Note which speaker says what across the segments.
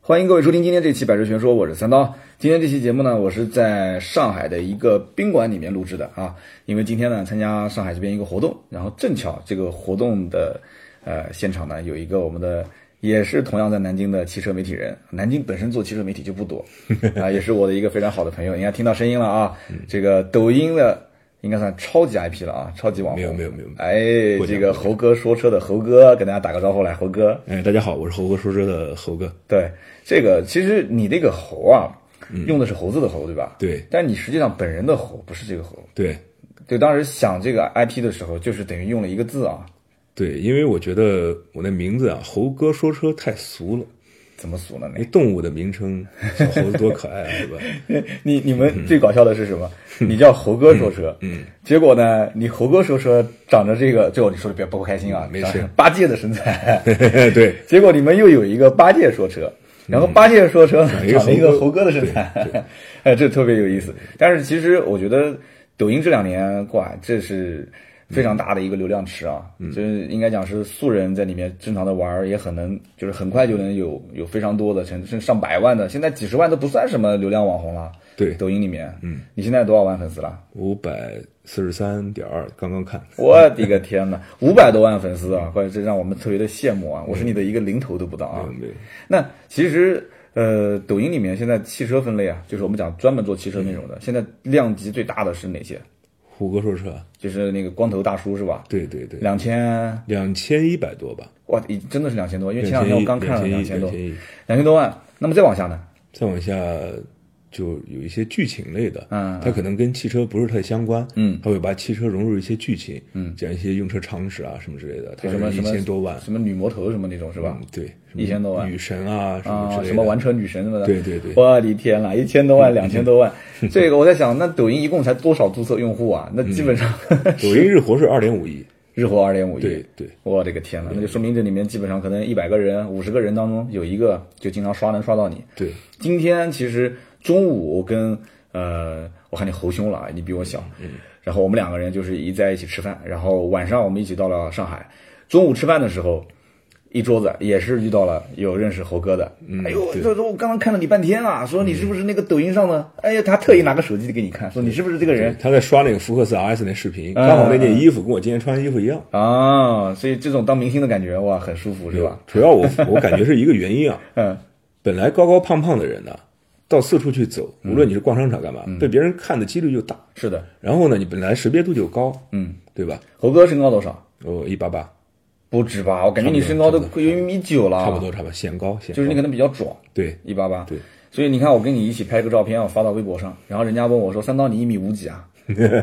Speaker 1: 欢迎各位收听今天这期《百车全说》，我是三刀。今天这期节目呢，我是在上海的一个宾馆里面录制的啊，因为今天呢参加上海这边一个活动，然后正巧这个活动的呃现场呢有一个我们的也是同样在南京的汽车媒体人，南京本身做汽车媒体就不 多啊，也是我的一个非常好的朋友，应该听到声音了啊，这个抖音的。应该算超级 IP 了啊，超级网红。
Speaker 2: 没有没有没有
Speaker 1: 哎，这个猴哥说车的猴哥跟大家打个招呼来，猴哥。
Speaker 2: 哎，大家好，我是猴哥说车的猴哥。
Speaker 1: 对，这个其实你那个猴啊，用的是猴子的猴，对吧？
Speaker 2: 对
Speaker 1: 但你实际上本人的猴不是这个猴。
Speaker 2: 对
Speaker 1: 对，当时想这个 IP 的时候，就是等于用了一个字啊，
Speaker 2: 对，因为我觉得我的名字啊，猴哥说车太俗了。
Speaker 1: 怎么俗了
Speaker 2: 那
Speaker 1: 呢？
Speaker 2: 动物的名称，小猴子多可爱啊，对吧？
Speaker 1: 你你们最搞笑的是什么？你叫猴哥说车，嗯，结果呢，你猴哥说车长着这个，这我你说的比较不开心啊，
Speaker 2: 没
Speaker 1: 长
Speaker 2: 事
Speaker 1: 着八戒的身材，
Speaker 2: 对，
Speaker 1: 结果你们又有一个八戒说车，然后八戒说车呢
Speaker 2: 嗯
Speaker 1: 长了一
Speaker 2: 一
Speaker 1: 个
Speaker 2: 个
Speaker 1: 猴
Speaker 2: 猴
Speaker 1: 哥
Speaker 2: 哥
Speaker 1: 的身材， 哎，这特别有意思。但是其实我觉得抖音这两年哇，这是非常大的一个流量池啊，
Speaker 2: 嗯
Speaker 1: 就是应该讲是素人在里面正常的玩儿也很能，就是很快就能有有非常多的，甚至上百万的，现在几十万都不算什么流量网红了。
Speaker 2: 对
Speaker 1: 抖音里面，嗯，你现在多少万粉丝 了？
Speaker 2: 五百四十三点二，刚刚看。
Speaker 1: 我的个天呐，五百多万粉丝啊，关键这让我们特别的羡慕啊！我是你的一个零头都不到啊。
Speaker 2: 嗯对
Speaker 1: 那其实呃，抖音里面现在汽车分类啊，就是我们讲专门做汽车内容
Speaker 2: 嗯
Speaker 1: 的，现在量级最大的是哪些？
Speaker 2: 虎哥说车啊，
Speaker 1: 就是那个光头大叔是吧？
Speaker 2: 对对对，
Speaker 1: 两千
Speaker 2: 两千一百多吧，
Speaker 1: 哇，已真的是两千多，因为前两
Speaker 2: 两
Speaker 1: 天
Speaker 2: 千
Speaker 1: 我
Speaker 2: 一，
Speaker 1: 刚看了
Speaker 2: 两
Speaker 1: 两千
Speaker 2: 千一，
Speaker 1: 多
Speaker 2: 两，千一。
Speaker 1: 两千多万。那么再往下呢？
Speaker 2: 再往下就有一些剧情类的，
Speaker 1: 嗯
Speaker 2: 它可能跟汽车不是太相关，
Speaker 1: 嗯
Speaker 2: 它会把汽车融入一些剧情，嗯，讲一些用车常识啊什么之类的，它
Speaker 1: 就什么
Speaker 2: 是
Speaker 1: 什
Speaker 2: 一
Speaker 1: 么
Speaker 2: 千多万，
Speaker 1: 什么女魔头什么那种是吧
Speaker 2: 嗯？对，什么
Speaker 1: 一千多万
Speaker 2: 女神啊什么之
Speaker 1: 啊，
Speaker 2: 类的，
Speaker 1: 什么玩车女神什么的，
Speaker 2: 对对对
Speaker 1: 我的天啦，一千多万、两千 多万，这个我在想，那抖音一共才多少注册用户啊？那基本上
Speaker 2: 抖音日活是二点五亿，
Speaker 1: 日活二点五亿，
Speaker 2: 嗯对对，
Speaker 1: 我的个天呐，那就说明这里面基本上可能一百个人、五十个人当中有一个就经常刷，能刷到你。
Speaker 2: 对，
Speaker 1: 今天其实中午我跟呃，我喊你侯兄了啊，你比我小，嗯，然后我们两个人就是一在一起吃饭，然后晚上我们一起到了上海，中午吃饭的时候。一桌子也是遇到了有认识猴哥的，哎呦，
Speaker 2: 嗯对
Speaker 1: 这这我刚刚看了你半天啊，说你是不是那个抖音上的？哎呀，他特意拿个手机给你看，说你是不是这个人？
Speaker 2: 他在刷那个福克斯 RS 那视频，
Speaker 1: 嗯
Speaker 2: 刚好那件衣服跟我今天穿的衣服一样，
Speaker 1: 啊，所以这种当明星的感觉哇，很舒服是吧？
Speaker 2: 主要我我感觉是一个原因啊，
Speaker 1: 嗯，
Speaker 2: 本来高高胖胖的人呢，到四处去走，无
Speaker 1: 嗯
Speaker 2: 论你是逛商场干嘛，被别人看的几率就大，
Speaker 1: 是的，
Speaker 2: 然后呢，你本来识别度就高，
Speaker 1: 嗯，啊
Speaker 2: 对吧？哦
Speaker 1: 猴哥身高多少？
Speaker 2: 我一八八，
Speaker 1: 不止吧，我感觉你身高都快有一米九了，啊
Speaker 2: 差不，多差不多，显高显高。
Speaker 1: 就是你可能比较壮，
Speaker 2: 对
Speaker 1: 一八八，
Speaker 2: 对，
Speaker 1: 所以你看我跟你一起拍个照片，我发到微博上，然后人家问我说：“三刀，你一米五几 啊？”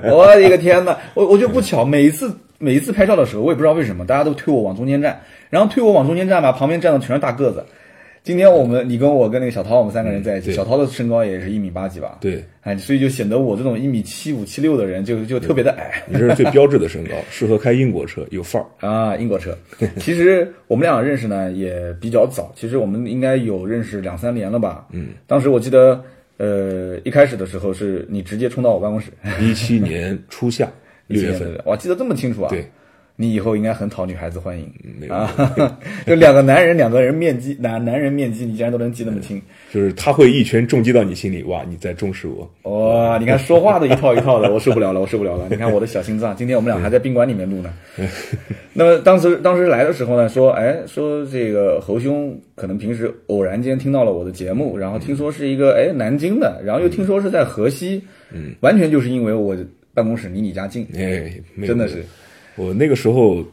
Speaker 1: 我的个天呐，我我就不巧，每一次每一次拍照的时候，我也不知道为什么，大家都推我往中间站，然后推我往中间站吧，旁边站的全是大个子。今天我们你跟我跟那个小涛，我们三个人在一起，
Speaker 2: 对
Speaker 1: 小涛的身高也是一米八几吧？，
Speaker 2: 对，
Speaker 1: 哎，所以就显得我这种一米七五、七六的人就就特别的矮。
Speaker 2: 你这是最标志的身高，适合开英国车，有范儿。
Speaker 1: 啊，英国 车。其实我们俩认识呢也比较早，其实我们应该有认识两三年了吧。嗯，当时我记得，呃，一开始的时候是你直接冲到我办 公室，
Speaker 2: 一七年初夏 六月
Speaker 1: 对
Speaker 2: 份
Speaker 1: 不，对，哇，记得这么清楚啊。
Speaker 2: 对。
Speaker 1: 你以后应该很讨女孩子欢迎
Speaker 2: 嗯没有
Speaker 1: 啊！ 就两个男人，两个人面基，男男人面基，你竟然都能记那么清，
Speaker 2: 就是他会一拳重击到你心里，哇，你在重视我。
Speaker 1: 哇！你看说话都一套一套 的，我受不了了，我受不了了！你看我的小心脏，今天我们俩还在宾馆里面录 呢。那么当时当时来的时候呢，说哎说这个侯兄可能平时偶然间听到了我的节目，然后听说是一个哎南京的，然后又听说是在河西，嗯，完全就是因为我办公室离你家近，
Speaker 2: 哎，没有
Speaker 1: 真的
Speaker 2: 没有
Speaker 1: 是
Speaker 2: 我那个时候，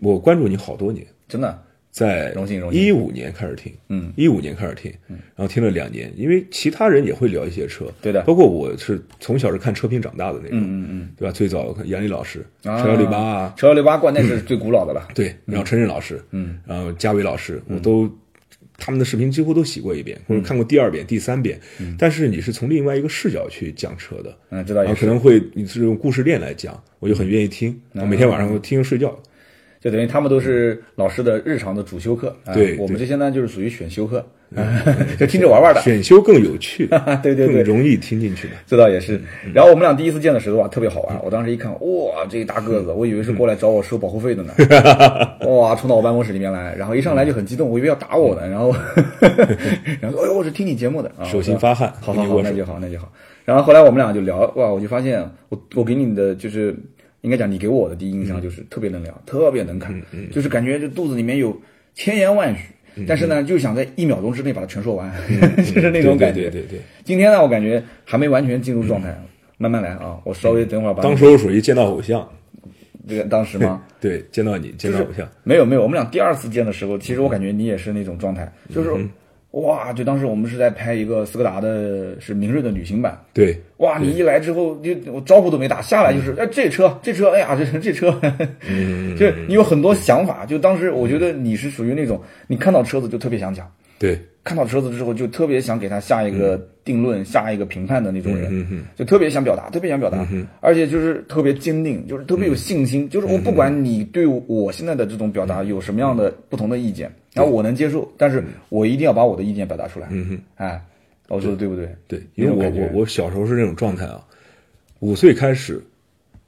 Speaker 2: 我关注你好多年，
Speaker 1: 真的，
Speaker 2: 在
Speaker 1: 荣幸荣嗯幸
Speaker 2: 一五年开始听，嗯，一五年开始听，然后听了两年，因为其他人也会聊一些车，
Speaker 1: 对的
Speaker 2: 包括我是从小是看车评长大的那种，
Speaker 1: 嗯嗯嗯，
Speaker 2: 对吧？最早看杨丽老师、
Speaker 1: 啊
Speaker 2: 车幺六八啊，
Speaker 1: 车幺六八冠那是最古老的了，
Speaker 2: 对，然后陈震老师，嗯，然后嘉伟老师，
Speaker 1: 嗯
Speaker 2: 我都他们的视频几乎都洗过一遍，或者看过第二遍、第三遍。但是你是从另外一个视角去讲车的，
Speaker 1: 嗯，这倒
Speaker 2: 然
Speaker 1: 也
Speaker 2: 后
Speaker 1: 是嗯
Speaker 2: 可。能会你是用故事链来讲，我就很愿意听，我每天晚上我听着睡觉。
Speaker 1: 就等于他们都是老师的日常的主修课。啊
Speaker 2: 对
Speaker 1: 我们这些呢就是属于选修课，啊 就听着玩玩的。
Speaker 2: 选修更有趣，
Speaker 1: 对对对
Speaker 2: 更容易听进去嘛。
Speaker 1: 这倒也
Speaker 2: 嗯
Speaker 1: 是。然后我们俩第一次见的时候啊，特别好玩。我当时一看，哇，这一大个
Speaker 2: 嗯
Speaker 1: 子，我以为是过来找我收保护费的 呢。哇，冲到我办公室里面来，然后一上
Speaker 2: 嗯
Speaker 1: 来就很激动，我以为要打我呢。然后， 然后说，哎呦，我是听你节目的啊。
Speaker 2: 手心发汗
Speaker 1: 好
Speaker 2: 跟
Speaker 1: 好
Speaker 2: 你
Speaker 1: 好，
Speaker 2: 握
Speaker 1: 那
Speaker 2: 手
Speaker 1: 就好，那就好。然后后来我们俩就聊，哇，我就发现我我给你的就是。应该讲，你给我的第一印
Speaker 2: 嗯
Speaker 1: 象就是特别能聊，特别能侃，就是感觉这肚子里面有千言万语，
Speaker 2: 嗯
Speaker 1: 但是呢，就想在一秒钟之内把它全说完， 就是那种
Speaker 2: 对
Speaker 1: 感觉。啊
Speaker 2: 对对对对，
Speaker 1: 今天呢，我感觉还没完全进入状态，慢慢来啊。我稍微等会儿把
Speaker 2: 当时我属于见到偶像，
Speaker 1: 这个当时 吗？
Speaker 2: 对，见到你，见到偶像，
Speaker 1: 没有没有，我们俩第二次见的时候，其实我感觉你也是那种状态，
Speaker 2: 嗯
Speaker 1: 就是、哇，就当时我们是在拍一个斯柯达的是明锐的旅行版。
Speaker 2: 对，嗯
Speaker 1: 哇！你一来之后，就我招呼都没打，下来就是，哎，这车，这车，哎呀，这这车， 就是你有很多想法。就当时我觉得你是属于那种，你看到车子就特别想讲，
Speaker 2: 对，
Speaker 1: 看到车子之后就特别想给他下一个定论、下一个评判的那种人，就特别想表达，特别想表达，而且就是特别坚定，就是特别有信心。就是我不管你对我现在的这种表达有什么样的不同的意见，然后我能接受，但是我一定要把我的意见表达出来。嗯哎，我说的对不对？
Speaker 2: 对，因为
Speaker 1: 那种
Speaker 2: 我
Speaker 1: 感觉
Speaker 2: 我我小时候是那种状态啊，五岁开始，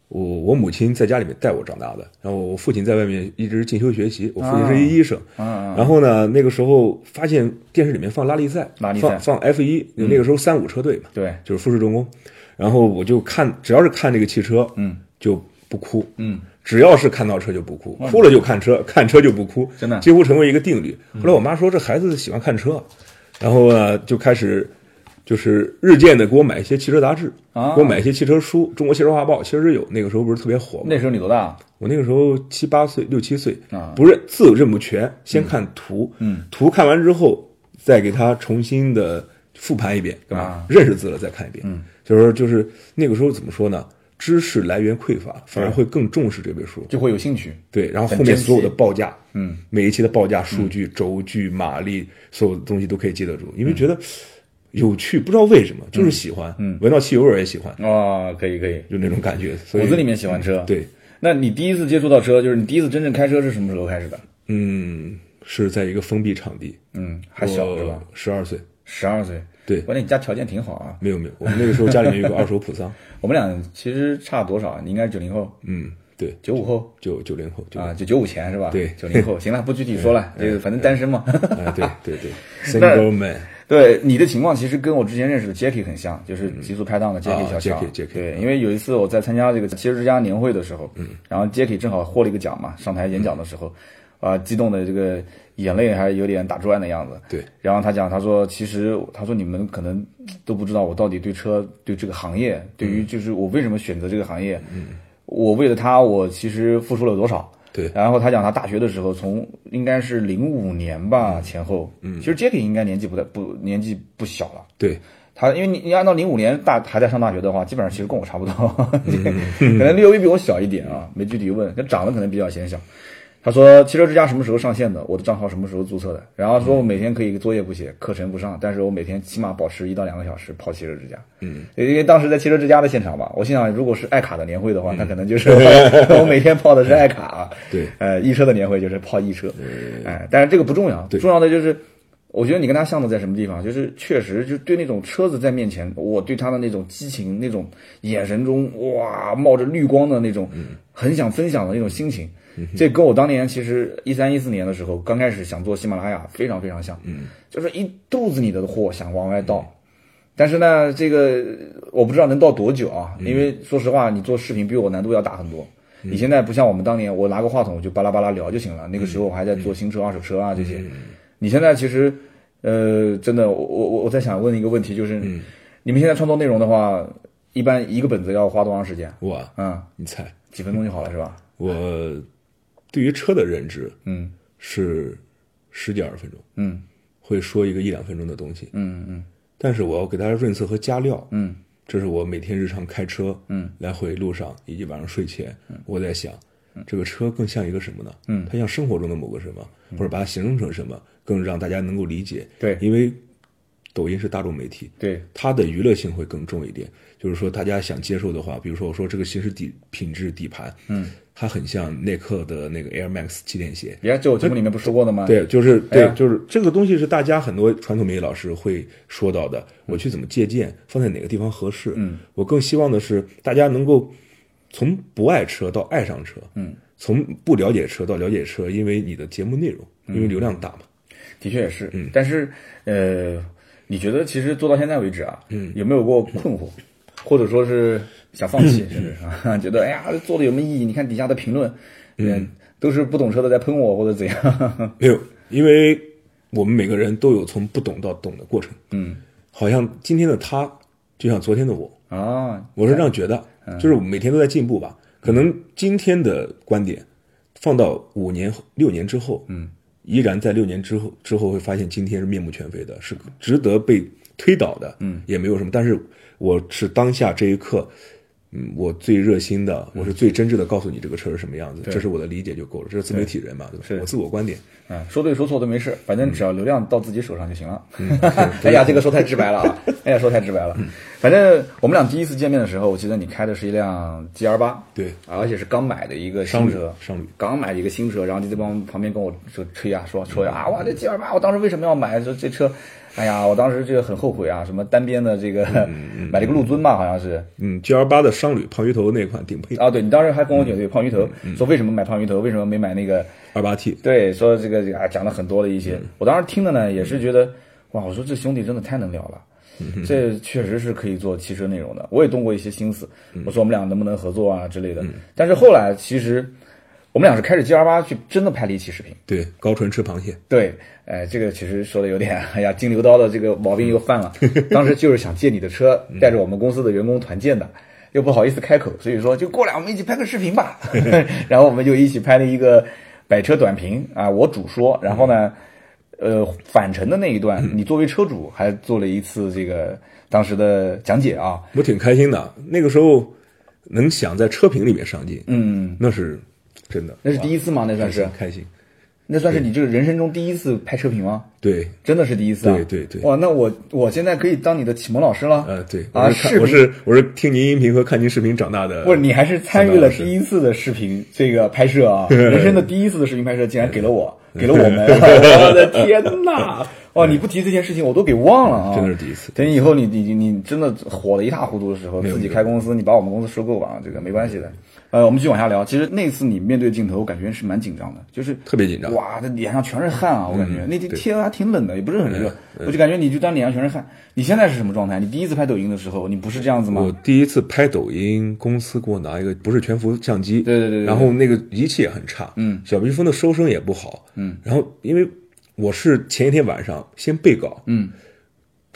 Speaker 2: 我我母亲在家里面带我长大的，然后我父亲在外面一直进修学习，我父亲是一医生，
Speaker 1: 啊
Speaker 2: 然后呢，那个时候发现电视里面放拉力赛，
Speaker 1: 拉力赛
Speaker 2: 放放 F 一，那个时候三五车队嘛，
Speaker 1: 对
Speaker 2: 就是富士重工，然后我就看，只要是看这个汽车，嗯，就不哭，
Speaker 1: 嗯，
Speaker 2: 只要是看到车就不哭，哭了就看车，看车就不哭，
Speaker 1: 真的嗯
Speaker 2: 几乎成为一个定律。后来我妈说这孩子喜欢看车，然后呢就开始。就是日渐的给我买一些汽车杂志，
Speaker 1: 啊
Speaker 2: 给我买一些汽车书，《中国汽车画报》其实有那个时候不是特别火吗？
Speaker 1: 那时候你多大？
Speaker 2: 我那个时候七八岁，六七岁
Speaker 1: 啊
Speaker 2: 不认字认不全，先看图，嗯，图看完之后再给它重新的复盘一遍，干嘛？
Speaker 1: 啊
Speaker 2: 认识字了再看一遍，嗯，就是说就是那个时候怎么说呢？知识来源匮乏，反而会更重视这本书。
Speaker 1: 就会有兴趣。
Speaker 2: 对，然后后面所有的报价，嗯，每一期的报价数据、轴距、马力，所有的东西都可以记得住，因为觉得有趣，不知道为什么就是喜欢，嗯，闻到汽油味儿也喜欢，
Speaker 1: 哦，可以可以，
Speaker 2: 就那种感觉。所以
Speaker 1: 骨子里面喜欢车。，
Speaker 2: 对，
Speaker 1: 那你第一次接触到车，就是你第一次真正开车是什么时候开始的？
Speaker 2: 嗯，是在一个封闭场地，
Speaker 1: 嗯，还小是吧？？
Speaker 2: 十二岁，
Speaker 1: 十二岁。
Speaker 2: 对
Speaker 1: 关键你家条件挺好啊。
Speaker 2: 没有没有，我们那个时候家里面有个二手普桑，
Speaker 1: 我们俩其实差多少啊？你应该是九零后，
Speaker 2: 嗯，对，
Speaker 1: 九五后
Speaker 2: 九九零后，九
Speaker 1: 啊，就九五前是吧？
Speaker 2: 对
Speaker 1: 九 零后。行了，不具体说了，这个反正单身嘛。
Speaker 2: 哎，对对对，single man，
Speaker 1: 对你的情况其实跟我之前认识的 Jacky 很像，就是极速拍档的 Jacky
Speaker 2: 啊
Speaker 1: 小强。
Speaker 2: Jacky，Jacky
Speaker 1: 对，因为有一次我在参加这个汽车之家年会的时候，
Speaker 2: 嗯
Speaker 1: 然后 Jacky 正好获了一个奖嘛，上台演讲的时候，啊、激动的这个眼泪还有点打转的样子。
Speaker 2: 对，
Speaker 1: 然后他讲，他说其实他说你们可能都不知道我到底对车对这个行业，对于就是我为什么选择这个行业，我为了他我其实付出了多少。
Speaker 2: 对
Speaker 1: 然后他讲他大学的时候，从应该是零五年吧前后，嗯，其实 Jacky 应该年纪不太不年纪不小了。
Speaker 2: 对，
Speaker 1: 他因为你你按照零五年大还在上大学的话，基本上其实跟我差不多， 可能略微比我小一点啊，没具体问，但长得可能比较显小。他说汽车之家什么时候上线的？我的账号什么时候注册的？然后说我每天可以作业不写，课程不上，但是我每天起码保持一到两个小时跑汽车之家。嗯，因为当时在汽车之家的现场嘛，我心想如果是爱卡的年会的话，那可能就是我每天泡的是爱卡啊。
Speaker 2: 对
Speaker 1: 呃，易车的年会就是泡易车。哎，但是这个不重要，重要的就是。我觉得你跟他像的在什么地方？就是确实就对那种车子在面前，我对他的那种激情、那种眼神中哇冒着绿光的那种，很想分享的那种心情。这跟我当年其实一三一四年的时候刚开始想做喜马拉雅非常非常像，就是一肚子里的货想往外倒。但是呢，这个我不知道能到多久啊，因为说实话，你做视频比我难度要大很多。你现在不像我们当年，我拿个话筒我就巴拉巴拉聊就行了。那个时候我还在做新车、二手车啊这些。你现在其实，呃，真的，我我我我在想问一个问题，就是你们现在创作内容的话，一般一个本子要花多长时间？
Speaker 2: 我，
Speaker 1: 嗯，
Speaker 2: 你猜，
Speaker 1: 几分钟就好了是吧？
Speaker 2: 我对于车的认知，
Speaker 1: 嗯，
Speaker 2: 是十几二十分钟，
Speaker 1: 嗯，
Speaker 2: 会说一个一两分钟的东西，
Speaker 1: 嗯嗯
Speaker 2: 但是我要给大家润色和加料，
Speaker 1: 嗯，
Speaker 2: 这是我每天日常开车，嗯，来回路上以及晚上睡前，
Speaker 1: 嗯
Speaker 2: 我在想，这个车更像一个什么呢？嗯，它像生活中的某个什么，或者把它形容成什么，更让大家能够理解。
Speaker 1: 嗯对
Speaker 2: 因为抖音是大众媒体，
Speaker 1: 对，
Speaker 2: 它的娱乐性会更重一点。就是说，大家想接受的话，比如说我说这个其实底品质底盘，嗯，它很像耐克的那个 Air Max 气垫鞋，
Speaker 1: 人家就我节目里面不说过的吗？
Speaker 2: 对，就是
Speaker 1: 哎
Speaker 2: 对，
Speaker 1: 呀
Speaker 2: 就是这个东西是大家很多传统媒体老师会说到的，我去怎么借鉴，放在哪个地方合适。嗯，我更希望的是大家能够从不爱车到爱上车，嗯，从不了解车到了解车，因为你的节目内容，因为流量大嘛。
Speaker 1: 的确也是。嗯，但是呃，你觉得其实做到现在为止啊，嗯，有没有过困惑，或者说是想放弃，甚至 啊，觉得哎呀做的有没有意义？你看底下的评论，嗯，都是不懂车的在喷我或者怎样。
Speaker 2: 没有，因为我们每个人都有从不懂到懂的过程。嗯，好像今天的他就像昨天的我，
Speaker 1: 啊，
Speaker 2: 我是这样觉得，就是我们每天都在进步吧。可能今天的观点放到五年、六年之后，嗯，依然在六年之后之后会发现今天是面目全非的，是值得被推倒的，嗯，也没有什么。但是我是当下这一刻。嗯，我最热心的，我是最真挚的告诉你这个车是什么样子，这是我的理解就够了。这是自媒体人嘛，对吧？我自我观点，
Speaker 1: 嗯，说对说错都没事，反
Speaker 2: 嗯
Speaker 1: 正只要流量到自己手上就行了。 哎呀，这个说太直白了 啊！哎呀，说太直白了。
Speaker 2: 嗯
Speaker 1: 反正我们俩第一次见面的时候，我记得你开的是一辆 G R 八，
Speaker 2: 对
Speaker 1: 啊，而且是刚买的一个
Speaker 2: 商
Speaker 1: 新
Speaker 2: 旅
Speaker 1: 车，
Speaker 2: 商旅嗯
Speaker 1: 刚买的一个新车，然后就在帮旁边跟我说吹啊，说说啊，哇，这 G R 八，我当时为什么要买？说这车，哎呀，我当时这个很后悔啊，什么单边的这个 买了个陆尊吧，好像是，
Speaker 2: 嗯，G L 八的商旅胖鱼头那款顶配
Speaker 1: 啊，对你当时还
Speaker 2: 嗯
Speaker 1: 跟我讲对胖鱼头，说为什么买胖鱼头，为什么没买那个
Speaker 2: 二八 T，
Speaker 1: 对，说这个啊讲了很多的一些，我当时听的呢也是觉得，哇，我说这兄弟真的太能聊了，这确实是可以做汽车内容的。我也动过一些心思，我说我们俩能不能合作啊之类的。但是后来其实我们俩是开着 G R 八去真的拍了一期视频。
Speaker 2: 对，高淳吃螃蟹，
Speaker 1: 对，呃，这个其实说的有点， 哎呀，金牛刀的这个毛病又犯 了。当时就是想借你的车，
Speaker 2: 嗯
Speaker 1: 带着我们公司的员工团建的，又不好意思开口，所以说就过来，我们一起拍个视频吧。 然后我们就一起拍了一个百车短评啊，我主说，然后呢，呃，返程的那一
Speaker 2: 嗯
Speaker 1: 段，你作为车主还做了一次这个当时的讲解啊。
Speaker 2: 我挺开心的。那个时候能想在车评里面上镜，
Speaker 1: 嗯，
Speaker 2: 那是真的，
Speaker 1: 那是第一次吗？那算
Speaker 2: 开
Speaker 1: 是
Speaker 2: 心，开心。
Speaker 1: 那算是你这个人生中第一次拍车评吗？
Speaker 2: 对，
Speaker 1: 真的是第一次啊！
Speaker 2: 对对对
Speaker 1: 哇，那我我现在可以当你的启蒙老师了。
Speaker 2: 呃，对，
Speaker 1: 啊，
Speaker 2: 我是
Speaker 1: 视
Speaker 2: 看我
Speaker 1: 频
Speaker 2: 是我是听您音频和看您视频长大的。
Speaker 1: 不是你还是参与
Speaker 2: 老
Speaker 1: 了
Speaker 2: 师
Speaker 1: 第一次的视频这个拍摄 啊，人生的第一次的视频拍摄，竟然给了我，给了我们，我的天 呐！哇，你不提这件事情我都给忘了啊！
Speaker 2: 真的是第一次
Speaker 1: 等以后你你你你真的火的一塌糊涂的时候，
Speaker 2: 有
Speaker 1: 自己
Speaker 2: 没有
Speaker 1: 开公司，你把我们公司收购吧，这个没关系的。呃，我们继续往下聊。其实那次你面对镜头，感觉是蛮紧张的，就是
Speaker 2: 特别紧张嗯
Speaker 1: 哇，这脸上全是汗啊！我感觉、那天
Speaker 2: 对嗯
Speaker 1: 天还挺冷的，也不是很热，我就感觉你就当脸上全是汗。你现在是什么状态？你第一次拍抖音的时候，你不是这样子吗？
Speaker 2: 我第一次拍抖音，公司给我拿一个不是全幅相机，
Speaker 1: 对对对对
Speaker 2: 然后那个仪器也很差，嗯，小蜜蜂的收声也不好，嗯，然后因为我是前一天晚上先背稿，嗯，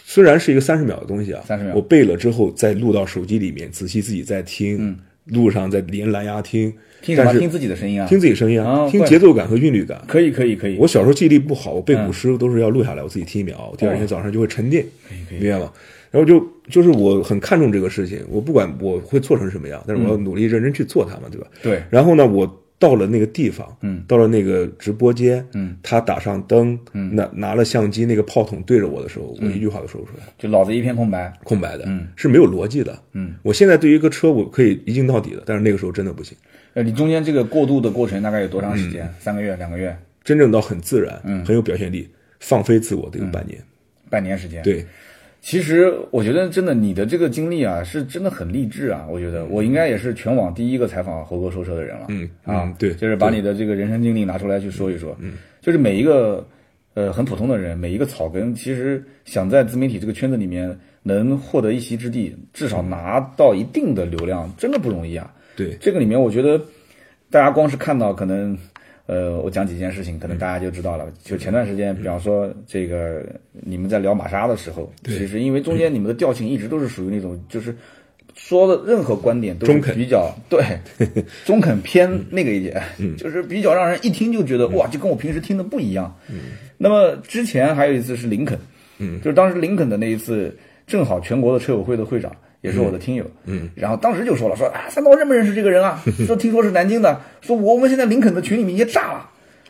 Speaker 2: 虽然是一个三十秒的东西啊，
Speaker 1: 30秒
Speaker 2: 我背了之后再录到手机里面，仔细自己再听，嗯，路上再连蓝牙听，
Speaker 1: 听什么？
Speaker 2: 但是
Speaker 1: 听自己的声音啊？
Speaker 2: 听自己声音啊，
Speaker 1: 哦
Speaker 2: 听
Speaker 1: 怪
Speaker 2: 节奏感和韵律感。
Speaker 1: 可以可以可以，
Speaker 2: 我小时候记忆力不好，我背古诗都是要录下来，我自己听一秒，第二天早上就会沉淀，明白吗？然后就就是我很看重这个事情，我不管我会做成什么样，但是我要努力认真去做它嘛，对吧？
Speaker 1: 对
Speaker 2: 然后呢，我到了那个地方，嗯，到了那个直播间，嗯，他打上灯，嗯，拿拿了相机那个炮筒对着我的时候，我一句话都说不出来，
Speaker 1: 就脑子一片空白。
Speaker 2: 空白的，嗯，是没有逻辑的，嗯。我现在对于一个车，我可以一镜到底的，但是那个时候真的不行。
Speaker 1: 呃，你中间这个过渡的过程大概有多长时间？
Speaker 2: 嗯
Speaker 1: 三个月、两个月、
Speaker 2: 真正到很自然，嗯，很有表现力，放飞自我的有半年，
Speaker 1: 半年时间？，
Speaker 2: 对，
Speaker 1: 其实我觉得真的你的这个经历啊，是真的很励志啊！我觉得我应该也是全网第一个采访猴哥说车的人了。
Speaker 2: 嗯
Speaker 1: 啊
Speaker 2: 嗯，对
Speaker 1: 就是把你的这个人生经历拿出来去说一说。嗯，就是每一个呃很普通的人，每一个草根，其实想在自媒体这个圈子里面能获得一席之地，至少拿到一定的流量，真的不容易啊。
Speaker 2: 对，
Speaker 1: 这个里面，我觉得大家光是看到可能，呃，我讲几件事情，可能大家就知道
Speaker 2: 嗯
Speaker 1: 了。就前段时间，比方说这个你们在聊玛莎的时候，其实因为中间你们的调性一直都是属于那种就是。说的任何观点都是
Speaker 2: 中肯
Speaker 1: 比较对，中肯偏那个一点，就是比较让人一听就觉得哇，就跟我平时听的不一样。那么之前还有一次是林肯，嗯，就是当时林肯的那一次，正好全国的车友会的会长也是我的听友，嗯，然后当时就说了，说啊，三刀认不认识这个人 啊？说听说是南京的，说我们现在林肯的群里面也炸了，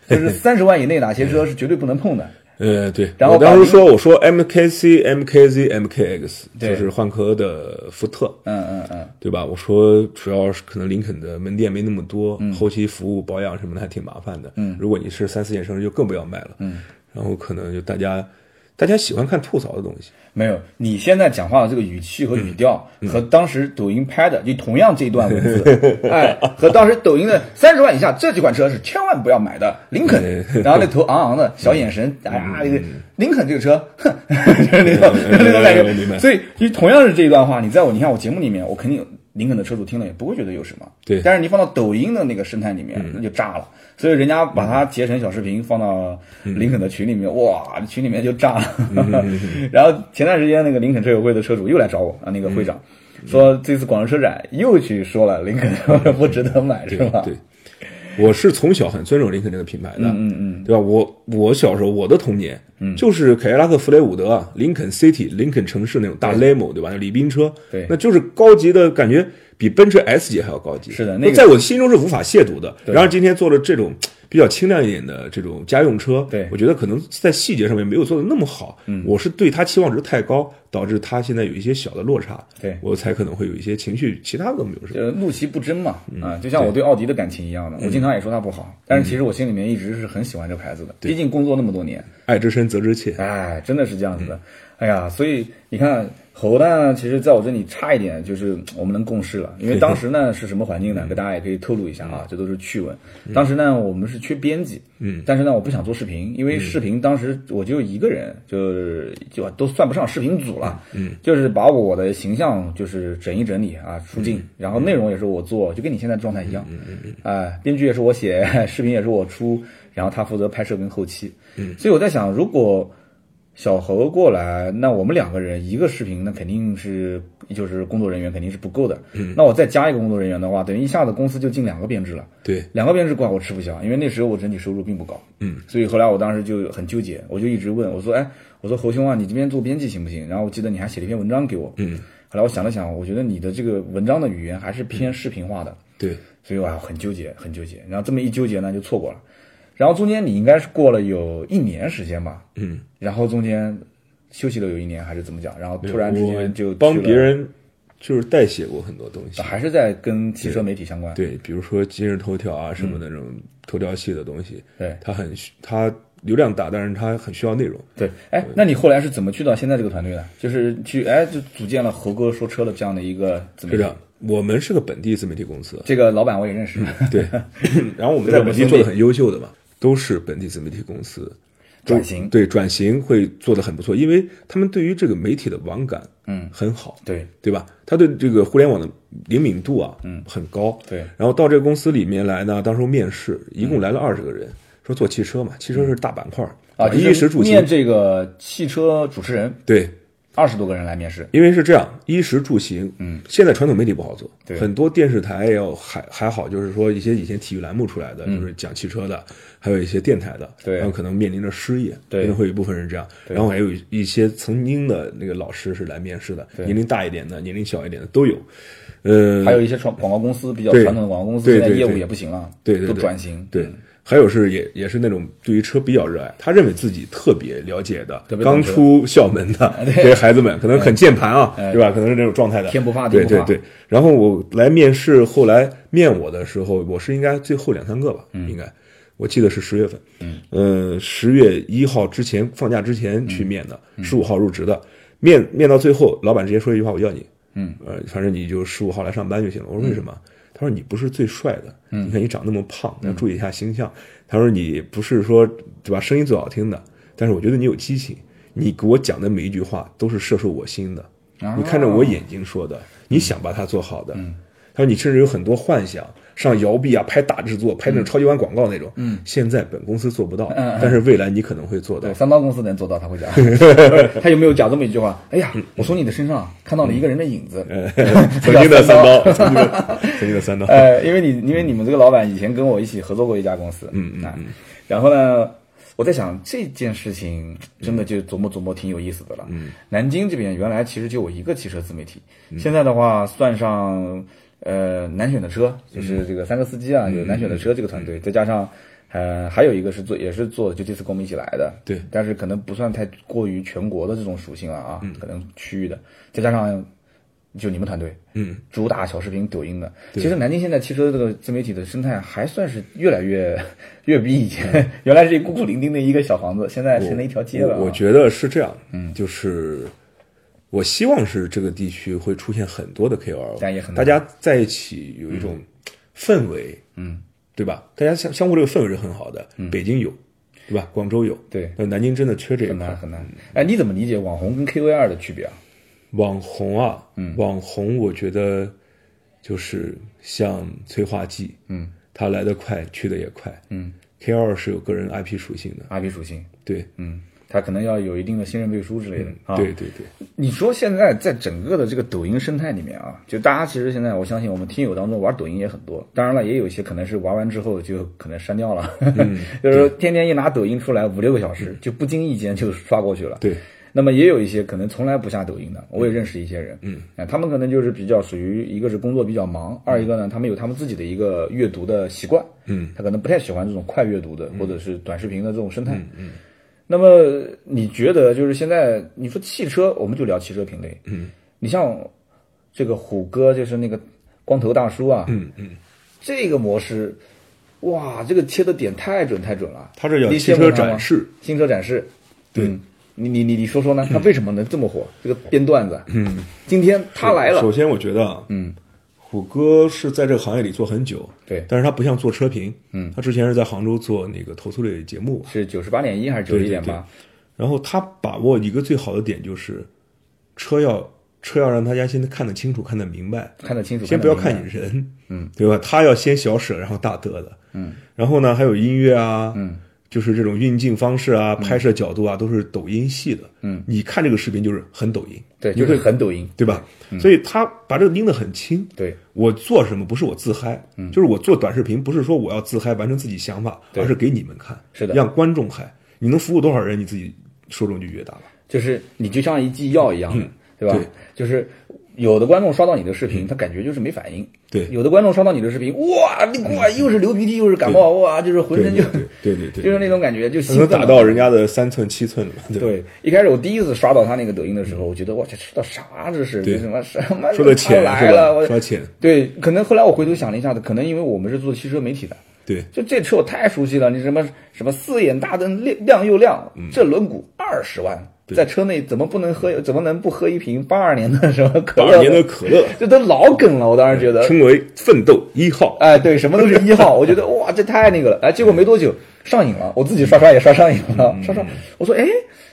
Speaker 1: 就是三十万以内哪些车是绝对不能碰的。
Speaker 2: 呃，对，
Speaker 1: 然后
Speaker 2: 我
Speaker 1: 把
Speaker 2: 当时
Speaker 1: 零
Speaker 2: 说，我说 MKC MKZ MKX
Speaker 1: 对
Speaker 2: 就是换壳的福特，
Speaker 1: 嗯嗯嗯，
Speaker 2: 对吧？我说主要是可能林肯的门店没那么多，
Speaker 1: 嗯
Speaker 2: 后期服务保养什么的还挺麻烦的。嗯，如果你是三四线城市，就更不要卖了。嗯，然后可能就大家大家喜欢看吐槽的东西，
Speaker 1: 没有，你现在讲话的这个语气和语调，
Speaker 2: 嗯
Speaker 1: 和当时抖音拍的就同样这段文 字，哎，和当时抖音的三十万以下这几款车是千万不要买的，林肯， 然后那头昂昂的小眼神，哎呀，那个林肯这个车，哼， 就是那种
Speaker 2: 嗯
Speaker 1: 那种感
Speaker 2: 嗯明
Speaker 1: 觉。
Speaker 2: 白
Speaker 1: 所以，就同样是这一段话，你在我你看我节目里面，我肯定有林肯的车主听了也不会觉得有什么，
Speaker 2: 对嗯
Speaker 1: 但是你放到抖音的那个生态里面，那就炸了。所以人家把它截成小视频放到
Speaker 2: 嗯
Speaker 1: 林肯的群里面，哇，群里面就炸了。 然后前段时间那个林肯车友会的车主又来找我啊，那个会长
Speaker 2: 嗯
Speaker 1: 说这次广州车展又去说了林肯 不值得买是
Speaker 2: 对
Speaker 1: 吧？
Speaker 2: 对，我是从小很尊重林肯这个品牌的，嗯嗯，对吧？我我小时候我的童年，嗯，就是凯迪拉克弗雷伍德、林肯 City、林肯城市那种大 limo，对吧？那礼宾车，
Speaker 1: 对
Speaker 2: 那就是高级的感觉，比奔驰 S 级还要高级。
Speaker 1: 是的那个
Speaker 2: 在我心中是无法亵渎的。然而今天做了这种。比较轻量一点的这种家用车，
Speaker 1: 对
Speaker 2: 我觉得可能在细节上面没有做的那么好，嗯，我是对它期望值太高，导致它现在有一些小的落差，
Speaker 1: 对
Speaker 2: 我才可能会有一些情绪，其他的都没有什么。
Speaker 1: 呃，怒其不争嘛，
Speaker 2: 嗯
Speaker 1: 啊，就像我对奥迪的感情一样的，我经常也说它不好，但是其实我心里面一直是很喜欢这牌子的，毕竟工作那么多年，
Speaker 2: 爱之深，责之切，
Speaker 1: 哎，真的是这样子的。哎呀，所以你看，猴呢，其实在我这里差一点，就是我们能共事了。因为当时呢是什么环境呢？给大家也可以透露一下啊，这都是趣闻。当时呢，我们是缺编辑，嗯，但是呢，我不想做视频，因为视频当时我就一个人，就是就都算不上视频组了，嗯，就是把我的形象就是整一整理啊，出镜，然后内容也是我做，就跟你现在状态一样，嗯嗯啊，编剧也是我写，视频也是我出，然后他负责拍摄跟后期，嗯，所以我在想，如果小侯过来，那我们两个人一个视频，那肯定是就是工作人员肯定是不够的。那我再加一个工作人员的话，等于一下子公司就进两个编制了。
Speaker 2: 对，
Speaker 1: 两个编制挂我吃不消，因为那时候我整体收入并不高。嗯，所以后来我当时就很纠结，我就一直问我说：“哎，我说侯兄啊，你这边做编辑行不行？”然后我记得你还写了一篇文章给我。嗯，后来我想了想，我觉得你的这个文章的语言还是偏视频化的。
Speaker 2: 对，
Speaker 1: 所以我还很纠结，很纠结。然后这么一纠结呢，就错过了。然后中间你应该是过了有一年时间吧，嗯，然后中间休息了有一年还是怎么讲，然后突然之
Speaker 2: 我
Speaker 1: 间就去
Speaker 2: 帮
Speaker 1: 了
Speaker 2: 别，人就是代写过很多东西，
Speaker 1: 还是在跟汽车媒体相关，
Speaker 2: 对，比如说今日头条啊什
Speaker 1: 嗯
Speaker 2: 么的那种头条系的东西，
Speaker 1: 对
Speaker 2: 它很需它流量大，但是它很需要内容。
Speaker 1: 对，哎，那你后来是怎么去到现在这个团队的？就是去哎，就组建了猴哥说车了这样的一个怎么
Speaker 2: 是
Speaker 1: 样？
Speaker 2: 的，我们是个本地自媒体公司，
Speaker 1: 这个老板我也认识，
Speaker 2: 对，然后我们
Speaker 1: 对
Speaker 2: 在
Speaker 1: 我们
Speaker 2: 本
Speaker 1: 兄弟
Speaker 2: 地做的很优秀的嘛，都是本地自媒体公司，
Speaker 1: 转型，
Speaker 2: 对转型会做的很不错，因为他们对于这个媒体的网感，嗯，很好，
Speaker 1: 对
Speaker 2: 对吧？他对这个互联网的灵敏度啊，嗯，很高。
Speaker 1: 对
Speaker 2: 然后到这个公司里面来呢，当时面试一
Speaker 1: 嗯
Speaker 2: 共来了二十个人，说做汽车嘛，汽车是大板块
Speaker 1: 啊，
Speaker 2: 衣食
Speaker 1: 就是
Speaker 2: 住
Speaker 1: 面
Speaker 2: 行，
Speaker 1: 这个汽车主持人，
Speaker 2: 对。
Speaker 1: 二十多个人来面试，
Speaker 2: 因为是这样，衣食住行，嗯，现在传统媒体不好做，对很多电视台也有还还好，就是说一些以前体育栏目出来的，就是讲汽车的，还有一些电台的，
Speaker 1: 嗯对
Speaker 2: 然后可能面临着失业，
Speaker 1: 对
Speaker 2: 可能会有一部分人这样，然后还有一些曾经的那个老师是来面试的，年龄大一点的，年龄小一点的都有，呃，
Speaker 1: 还有一些传广告公司比较
Speaker 2: 对
Speaker 1: 传统的广告公司，
Speaker 2: 对
Speaker 1: 现在
Speaker 2: 对
Speaker 1: 业务
Speaker 2: 对
Speaker 1: 也不行了，
Speaker 2: 对对
Speaker 1: 都
Speaker 2: 对
Speaker 1: 转型，
Speaker 2: 对，还有是也也是那种对于车比较热爱，他认为自己特别了解的
Speaker 1: 特，别懂
Speaker 2: 刚
Speaker 1: 车哎
Speaker 2: 出校门 的这些孩子们，可能很键盘啊，对吧？可能是那种状态的，
Speaker 1: 天不怕地
Speaker 2: 对
Speaker 1: 不
Speaker 2: 对
Speaker 1: 怕
Speaker 2: 对。然后我来面试，后来面我的时候，我是应该最后两三个吧，
Speaker 1: 嗯
Speaker 2: 应该我记得是十月份，嗯，呃，十月一号之前放假之前
Speaker 1: 嗯
Speaker 2: 去面的，十五号入职的，面面到最后，老板直接说一句话，我要你，嗯，呃，反正你就十五号来上班就行了。我说为什么？他说你不是最帅的，你看你长那么胖，要注意一下形象。他说你不是说对吧，声音最好听的，但是我觉得你有激情，你给我讲的每一句话都是射入我心的，你看着我眼睛说的，你想把它做好的。他说你甚至有很多幻想。上摇臂啊，拍大制作，拍那种超级碗广告那种。嗯，现在本公司做不到，但是未来你可能会做到
Speaker 1: 对，。三八公司能做到，他 会讲。不是他有没有讲这么一句话？哎呀，我从你的身上看到了一个人的影子。
Speaker 2: 嗯 曾经的三刀，曾经的曾经的三刀。
Speaker 1: 呃，因为你因为你们这个老板以前跟我一起合作过一家公司，嗯嗯、啊，然后呢，我在想这件事情真的就琢磨琢磨挺有意思的了。嗯，南京这边原来其实就我一个汽车自媒体，现在的话算嗯上呃难选的车，就是这个三个司机啊，有难选的车这个团队，再加上。呃，还有一个是做也是做，就这次跟我们一起来的，
Speaker 2: 对，
Speaker 1: 但是可能不算太过于全国的这种属性了啊，可能区域的，再加上就你们团队，
Speaker 2: 嗯，
Speaker 1: 主打小视频、抖音的。其实南京现在汽车这个自媒体的生态还算是越来越 越比以前， 原来是一孤苦伶仃的一个小房子，现在成了一条街了啊。
Speaker 2: 我我觉得是这样，嗯，就是我希望是这个地区会出现很多的 KOL，
Speaker 1: 但也很难
Speaker 2: 大家在一起有一种
Speaker 1: 嗯
Speaker 2: 氛围，嗯，对吧？大家相相互这个氛围是很好的。北京有，对吧？广州有，
Speaker 1: 嗯对
Speaker 2: 那南京真的缺这一
Speaker 1: 很难
Speaker 2: 块。
Speaker 1: 很难。哎，你怎么理解网红跟 KOL 的区别啊？
Speaker 2: 网红啊，嗯，网红，我觉得就是像催化剂，嗯，它来得快，去得也快，嗯。KOL 是有个人 IP 属性的，
Speaker 1: 阿 B 属性，
Speaker 2: 对，
Speaker 1: 嗯，他可能要有一定的信任背书之类的啊。
Speaker 2: 嗯对对对，
Speaker 1: 你说现在在整个的这个抖音生态里面啊，就大家其实现在我相信我们听友当中玩抖音也很多，当然了，也有一些可能是玩完之后就可能删掉了， 就是说天天一拿抖音出来五六个小时，就不经意间就刷过去了。
Speaker 2: 对，
Speaker 1: 那么也有一些可能从来不下抖音的，我也认识一些人，嗯，啊，他们可能就是比较属于一个是工作比较忙，二一个呢，他们有他们自己的一个阅读的习惯，嗯，他可能不太喜欢这种快阅读的或者是短视频的这种生态，嗯。那么你觉得就是现在你说汽车，我们就聊汽车品类，嗯，你像这个虎哥就是那个光头大叔啊，嗯嗯，这个模式，哇，这个切的点太准太准了，
Speaker 2: 它这叫
Speaker 1: 你
Speaker 2: 汽
Speaker 1: 见过
Speaker 2: 车
Speaker 1: 他吗
Speaker 2: 展示，
Speaker 1: 新车展示，对，你你你你说
Speaker 2: 嗯
Speaker 1: 说呢？他为什么能这么火？这个编段子，嗯，今天他来了
Speaker 2: 首，先，我觉得啊，嗯，虎哥是在这个行业里做很久，
Speaker 1: 对
Speaker 2: 但是他不像做车评，嗯，他之前是在杭州做那个投诉类节目，
Speaker 1: 是九十八点一还是九十一点八？
Speaker 2: 然后他把握一个最好的点就是，车要车要让大家先看得清楚、看得明白，
Speaker 1: 看得清楚，
Speaker 2: 先不要
Speaker 1: 看得
Speaker 2: 看
Speaker 1: 明
Speaker 2: 你人，嗯，对吧？他要先小舍，然后大得的，嗯，然后呢，还有音乐啊，嗯。就是这种运镜方式啊，
Speaker 1: 嗯
Speaker 2: 拍摄角度啊，都是抖音系的。嗯，你看这个视频就是很抖音，
Speaker 1: 白，对，
Speaker 2: 你
Speaker 1: 就是嗯很抖音，
Speaker 2: 对吧？所以他把这个拎得很轻。
Speaker 1: 对，
Speaker 2: 我做什么不是我自嗨，
Speaker 1: 嗯
Speaker 2: 就是我做短视频不是说我要自嗨完成自己想法，而是给你们看，
Speaker 1: 是的
Speaker 2: 让观众嗨。你能服务多少人，你自己受众就越
Speaker 1: 啊
Speaker 2: 大吧。
Speaker 1: 就是你就像一剂药一样的，对吧
Speaker 2: 嗯对？嗯
Speaker 1: 就是有的观众刷到你的视频，他感觉就是没反应，
Speaker 2: 对嗯
Speaker 1: 有的观众刷到你的视频，哇，那哇又是流鼻涕又是感冒，哇，就是浑身就
Speaker 2: 对对对 对
Speaker 1: 就是那种感觉，就兴
Speaker 2: 能
Speaker 1: 奋
Speaker 2: 打
Speaker 1: 了
Speaker 2: 到人家的三寸七寸了，对吧？
Speaker 1: 对，一开始我第一次刷到他那个抖音的时候，我觉得哇，这说到啥这是？这什么什么
Speaker 2: 说的浅
Speaker 1: 他哎来
Speaker 2: 是
Speaker 1: 了，
Speaker 2: 吧？
Speaker 1: 我
Speaker 2: 说浅，
Speaker 1: 对，可能后来我回头想了一下子，可能因为我们是做汽车媒体的，
Speaker 2: 对
Speaker 1: 就这车我太熟悉了，你什么什么四眼大灯亮亮又亮，
Speaker 2: 嗯
Speaker 1: 这轮毂二十万，在车内怎么不能喝？怎么能不喝一瓶八二年的什么可
Speaker 2: 八
Speaker 1: 乐？
Speaker 2: 二年的可乐，
Speaker 1: 这都老梗了，我当时觉得，
Speaker 2: 称为奋斗一号。
Speaker 1: 哎，对，什么都是一号，我觉得哇，这太那个了。哎，结果没多久上瘾了，我自己刷刷也刷上瘾了，
Speaker 2: 嗯
Speaker 1: 刷刷，我说哎，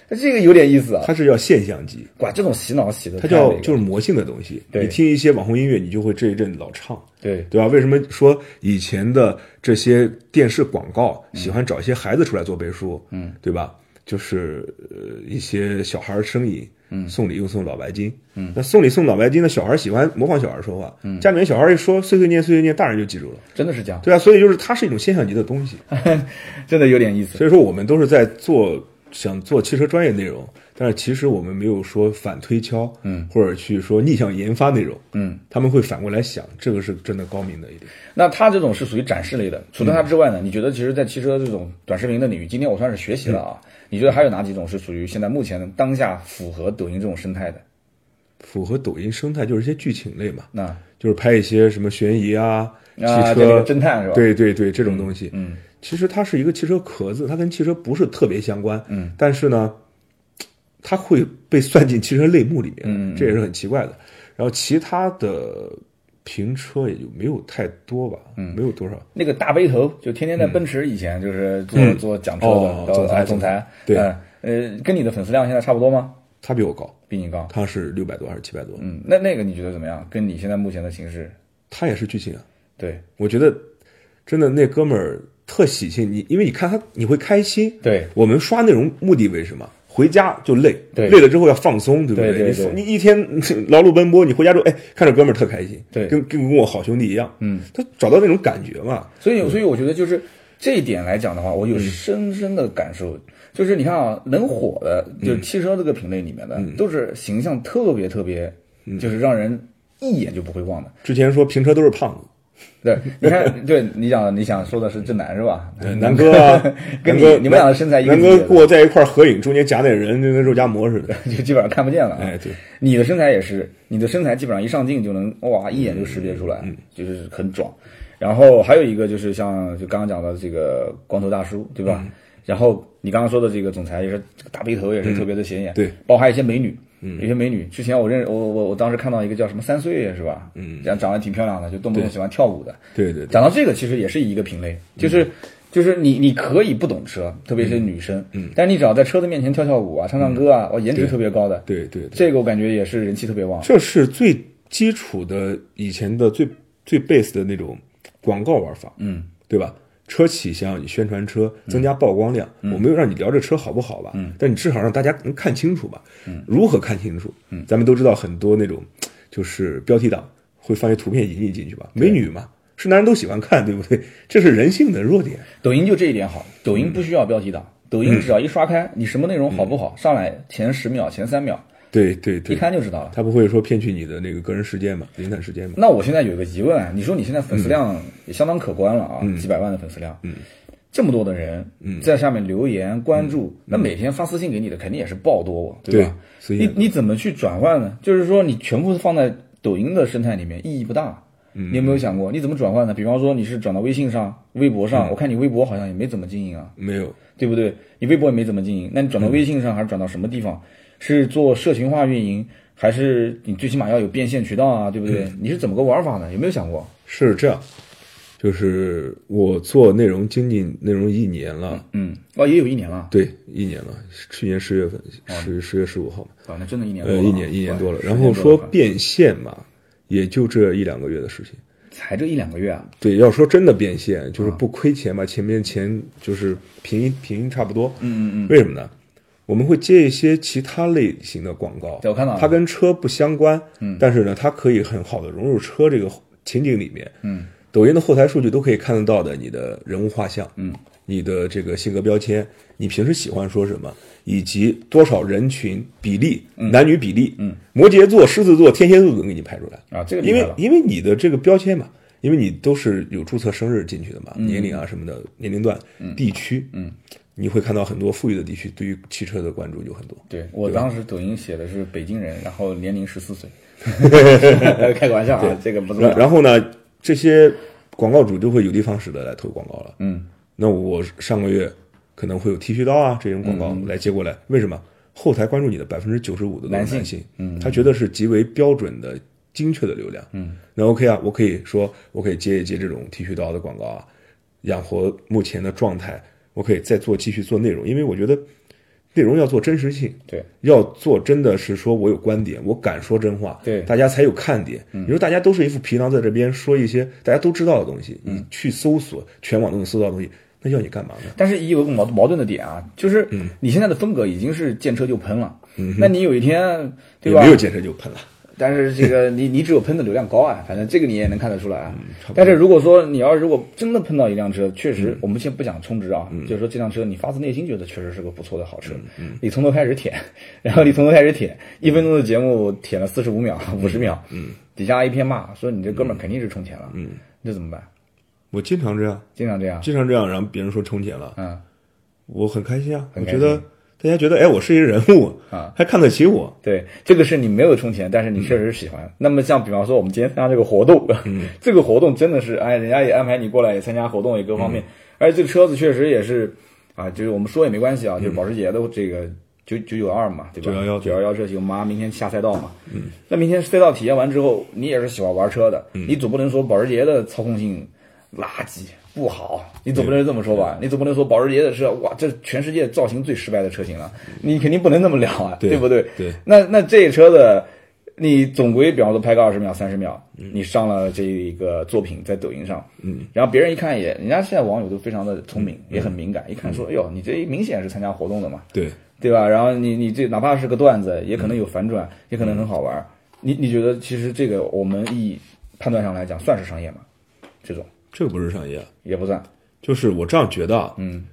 Speaker 1: 这个有点意思啊。
Speaker 2: 它是叫现象级，
Speaker 1: 哇，这种洗脑洗的
Speaker 2: 它
Speaker 1: 太那
Speaker 2: 叫
Speaker 1: 个了，
Speaker 2: 就是魔性的东西。
Speaker 1: 对
Speaker 2: 你听一些网红音乐，你就会这一阵老唱。
Speaker 1: 对
Speaker 2: 对吧？为什么说以前的这些电视广告喜欢找一些孩子出来做背书？嗯，对吧？就是呃一些小孩儿声音，嗯，送礼又送脑白金，嗯，那送礼送脑白金的小孩儿喜欢模仿小孩儿说话，嗯，家里面小孩儿一说碎碎念碎碎念，大人就记住了，
Speaker 1: 真的是这样，
Speaker 2: 对啊，所以就是它是一种现象级的东西，
Speaker 1: 真的有点意思。
Speaker 2: 所以说我们都是在做想做汽车专业内容，但是其实我们没有说反推敲，嗯，或者去说逆向研发内容，嗯，他们会反过来想，这个是真的高明的一点。
Speaker 1: 那他这种是属于展示类的，除了他之外
Speaker 2: 嗯
Speaker 1: 呢？你觉得其实，在汽车这种短视频的领域，今天我算是学习了啊。
Speaker 2: 嗯
Speaker 1: 你觉得还有哪几种是属于现在目前当下符合抖音这种生态的？
Speaker 2: 符合抖音生态就是一些剧情类嘛，
Speaker 1: 那
Speaker 2: 就是拍一些什么悬疑啊、汽
Speaker 1: 啊这
Speaker 2: 车
Speaker 1: 个侦探是吧
Speaker 2: 对对对，这种东西。嗯，其实它是一个汽车壳子，它跟汽车不是特别相关。嗯，但是呢，它会被算进汽车类目里面，嗯这也是很奇怪的。然后其他的评车也就没有太多吧，嗯，没有多少。
Speaker 1: 那个大背头，就天天在奔驰以前就是做、做讲车
Speaker 2: 哦
Speaker 1: 的，然后
Speaker 2: 总裁
Speaker 1: 哎总裁，
Speaker 2: 对
Speaker 1: 嗯呃，跟你的粉丝量现在差不多吗？
Speaker 2: 它比我高，
Speaker 1: 比你高。
Speaker 2: 它是六百多还是七百多？嗯，
Speaker 1: 嗯，那那个你觉得怎么样？跟你现在目前的形势，
Speaker 2: 它也是剧情啊。
Speaker 1: 对
Speaker 2: 我觉得真的那哥们儿特喜庆，你因为你看他你会开心。
Speaker 1: 对
Speaker 2: 我们刷内容目的为什么？回家就累，
Speaker 1: 对
Speaker 2: 累了之后要放松，对不
Speaker 1: 对对
Speaker 2: 你
Speaker 1: 对
Speaker 2: 放你一天 劳碌奔波，你回家之后，哎，看着哥们儿特开心，
Speaker 1: 对
Speaker 2: 跟跟跟我好兄弟一样，嗯，他找到那种感觉嘛，
Speaker 1: 所以，所以我觉得就是这一点来讲的话，我有
Speaker 2: 嗯
Speaker 1: 深深的感受，就是你看啊，能火的，
Speaker 2: 嗯
Speaker 1: 就是汽车这个品类里面的，都是形
Speaker 2: 嗯
Speaker 1: 象特别特别，就是让人一眼就不会忘的。
Speaker 2: 之前说评车都是胖子，
Speaker 1: 对，你 看，对你讲的，你想说的是正南是吧？，
Speaker 2: 对南哥啊
Speaker 1: 嗯跟
Speaker 2: 南
Speaker 1: 你
Speaker 2: 哥
Speaker 1: 你们俩的身材一个
Speaker 2: 南
Speaker 1: 级
Speaker 2: 哥
Speaker 1: 别的
Speaker 2: 跟我在一块儿合影，中间夹点人，就跟肉夹馍似的。
Speaker 1: 就基本上看不见了、啊。
Speaker 2: 哎对，
Speaker 1: 你的身材也是，你的身材基本上一上镜就能哇，一眼就识别出来，就是很壮。然后还有一个就是像就刚刚讲到的这个光头大叔，对吧？然后你刚刚说的这个总裁也是这个大背头，也是特别的显眼，
Speaker 2: 哎对，
Speaker 1: 包括还有一些美女。有些美女，之前我认识我我我当时看到一个叫什么三岁是吧？嗯，长长得挺漂亮的，就动不动喜欢跳舞的。
Speaker 2: 对对对，
Speaker 1: 讲到这个，其实也是一个品类，就是、就是你你可以不懂车，特别是女生，嗯，但是你只要在车子面前跳跳舞啊、唱唱歌啊，哦，颜值特别高的，
Speaker 2: 对对对，
Speaker 1: 这个我感觉也是人气特别旺。
Speaker 2: 这是最基础的以前的最最 base 的那种广告玩法，嗯，对吧？车企想让你宣传车，增加曝光量，我没有让你聊这车好不好吧？嗯，但你至少让大家能看清楚吧？嗯，如何看清楚？嗯，咱们都知道很多那种就是标题党会放些图片引你进去吧？美女嘛，是男人都喜欢看，对不对？这是人性的弱点。
Speaker 1: 抖音就这一点好，抖音不需要标题党，抖音只要一刷开，你什么内容好不好，上来前十秒、前三秒
Speaker 2: 对对
Speaker 1: 一
Speaker 2: 嗯对，
Speaker 1: 看就知道了。
Speaker 2: 他不会说骗取你的那个个人时间嘛，零散时间嘛？
Speaker 1: 那我现在有一个疑问啊，你说你现在粉丝量
Speaker 2: 嗯
Speaker 1: 也相当可观了啊，几百万的粉丝量，嗯，这么多的人
Speaker 2: 嗯
Speaker 1: 在下面留言关注，那每天发私信给你的肯定也是爆多，
Speaker 2: 对
Speaker 1: 吧？
Speaker 2: 所以
Speaker 1: 你你怎么去转换呢？就是说你全部放在抖音的生态里面意义不大。
Speaker 2: 嗯
Speaker 1: 你有没有想过你怎么转换呢？比方说你是转到微信上、微博上，
Speaker 2: 嗯
Speaker 1: 我看你微博好像也没怎么经营啊，
Speaker 2: 没有，
Speaker 1: 对不对？你微博也没怎么经营，那你转到微信上还是转到什么地方？是做社群化运营，还是你最起码要有变现渠道啊，对不
Speaker 2: 嗯
Speaker 1: 对？你是怎么个玩法呢？有没有想过？
Speaker 2: 是这样，就是我做内容经济内容一年了，
Speaker 1: 嗯，哦，也有一年了，
Speaker 2: 对，一年了，去年十月份，十十月十五号嘛，
Speaker 1: 啊，那真的一年多
Speaker 2: 呃，
Speaker 1: 了啊，
Speaker 2: 哦一年一年多了。
Speaker 1: 哇
Speaker 2: 然后说
Speaker 1: 快
Speaker 2: 变现嘛，也就这一两个月的事情。
Speaker 1: 才这一两个月啊，
Speaker 2: 对，要说真的变现，就是不亏钱吧，前面钱就是平一平一差不多。嗯嗯嗯。为什么呢？我们会接一些其他类型的广告，
Speaker 1: 对我看到了
Speaker 2: 它跟车不相关，啊嗯，但是呢，它可以很好的融入车这个情景里面，嗯，抖音的后台数据都可以看得到的，你的人物画像，嗯，你的这个性格标签，你平时喜欢说什么，以及多少人群比例，男女比例，嗯，摩羯座、狮子座、天蝎座都能给你排出来，
Speaker 1: 啊，这个厉
Speaker 2: 因
Speaker 1: 害
Speaker 2: 为
Speaker 1: 了，
Speaker 2: 因为你的这个标签嘛，因为你都是有注册生日进去的嘛，年龄啊什么的，年龄段、地区，嗯，你会看到很多富裕的地区对于汽车的关注就很多。
Speaker 1: 对我当时抖音写的是北京人，然后年龄十 四岁，开个玩笑啊，这个不重
Speaker 2: 然
Speaker 1: 要。
Speaker 2: 然后呢，这些广告主就会有的放矢的来投广告了。
Speaker 1: 嗯，
Speaker 2: 那我上个月可能会有剃须刀啊这种
Speaker 1: 嗯
Speaker 2: 广告来接过来，为什么？后台关注你的百分之九十五的都是
Speaker 1: 男
Speaker 2: 男
Speaker 1: 性
Speaker 2: 性，嗯，他觉得是极为标准的、精确的流量，嗯，那 OK 啊，我可以说，我可以接一接这种剃须刀的广告啊，养活目前的状态，我可以再做继续做内容，因为我觉得内容要做真实性，
Speaker 1: 对，
Speaker 2: 要做真的是说我有观点，我敢说真话，
Speaker 1: 对
Speaker 2: 大家才有看点。你说大家都是一副皮囊，在这边说一些大家都知道的东西，你去搜索，全网都能搜到的东西，那要你干嘛呢？
Speaker 1: 但是也有个矛矛盾的点啊，就是
Speaker 2: 嗯
Speaker 1: 你现在的风格已经是见车就喷了，那你有一天对
Speaker 2: 也
Speaker 1: 吧
Speaker 2: 没？有健身就喷了，
Speaker 1: 但是这个你你只有喷的流量高啊，反正这个你也能看得出来啊。但是如果说你要如果真的碰到一辆车，确实我们先不讲充值啊，就是说这辆车你发自内心觉得确实是个不错的好车，你从头开始舔， 然后你从头开始舔，一分钟的节目舔了四十五秒、五十秒，底下一片骂说你这哥们儿肯定是充钱了，这怎么办？
Speaker 2: 我经常这样，
Speaker 1: 经常这样，
Speaker 2: 经常这样，然后别人说充钱了，
Speaker 1: 嗯，
Speaker 2: 我很开心啊，
Speaker 1: 很
Speaker 2: 我
Speaker 1: 开心
Speaker 2: 觉得大家觉得哎，我是一人物
Speaker 1: 啊，
Speaker 2: 还看得起我，
Speaker 1: 对，这个是你没有充钱，但是你确实喜欢。那么像比方说我们今天参加这个活动， 这个活动真的是，哎，人家也安排你过来也参加活动，也各方面，而且这个车子确实也是，啊，就是我们说也没关系啊，就是保时捷的这个九九九二嘛，对吧？
Speaker 2: 911
Speaker 1: 九幺幺车型，我们马上明天下赛道嘛，嗯，那明天赛道体验完之后，你也是喜欢玩车的，你总不能说保时捷的操控性垃圾。不好，你总不能这么说吧？你总不能说保时捷的车，哇，这全世界造型最失败的车型了，你肯定不能这么聊啊，
Speaker 2: 对
Speaker 1: 不对？
Speaker 2: 对，
Speaker 1: 那那这车的，你总归比方说拍个二十秒、三十秒，
Speaker 2: 嗯
Speaker 1: 你上了这一个作品在抖音上，嗯，然后别人一看也，人家现在网友都非常的聪明，
Speaker 2: 嗯
Speaker 1: 也很敏感，一看说，哎呦，你这明显是参加活动的嘛，
Speaker 2: 对，
Speaker 1: 对吧？然后你你这哪怕是个段子，也可
Speaker 2: 嗯
Speaker 1: 能有反转，也可能很好玩儿。你你觉得其实这个我们一判断上来讲，算是商业吗？这种
Speaker 2: 这个不是商业啊，
Speaker 1: 也不算，
Speaker 2: 就是我这样觉得啊，嗯，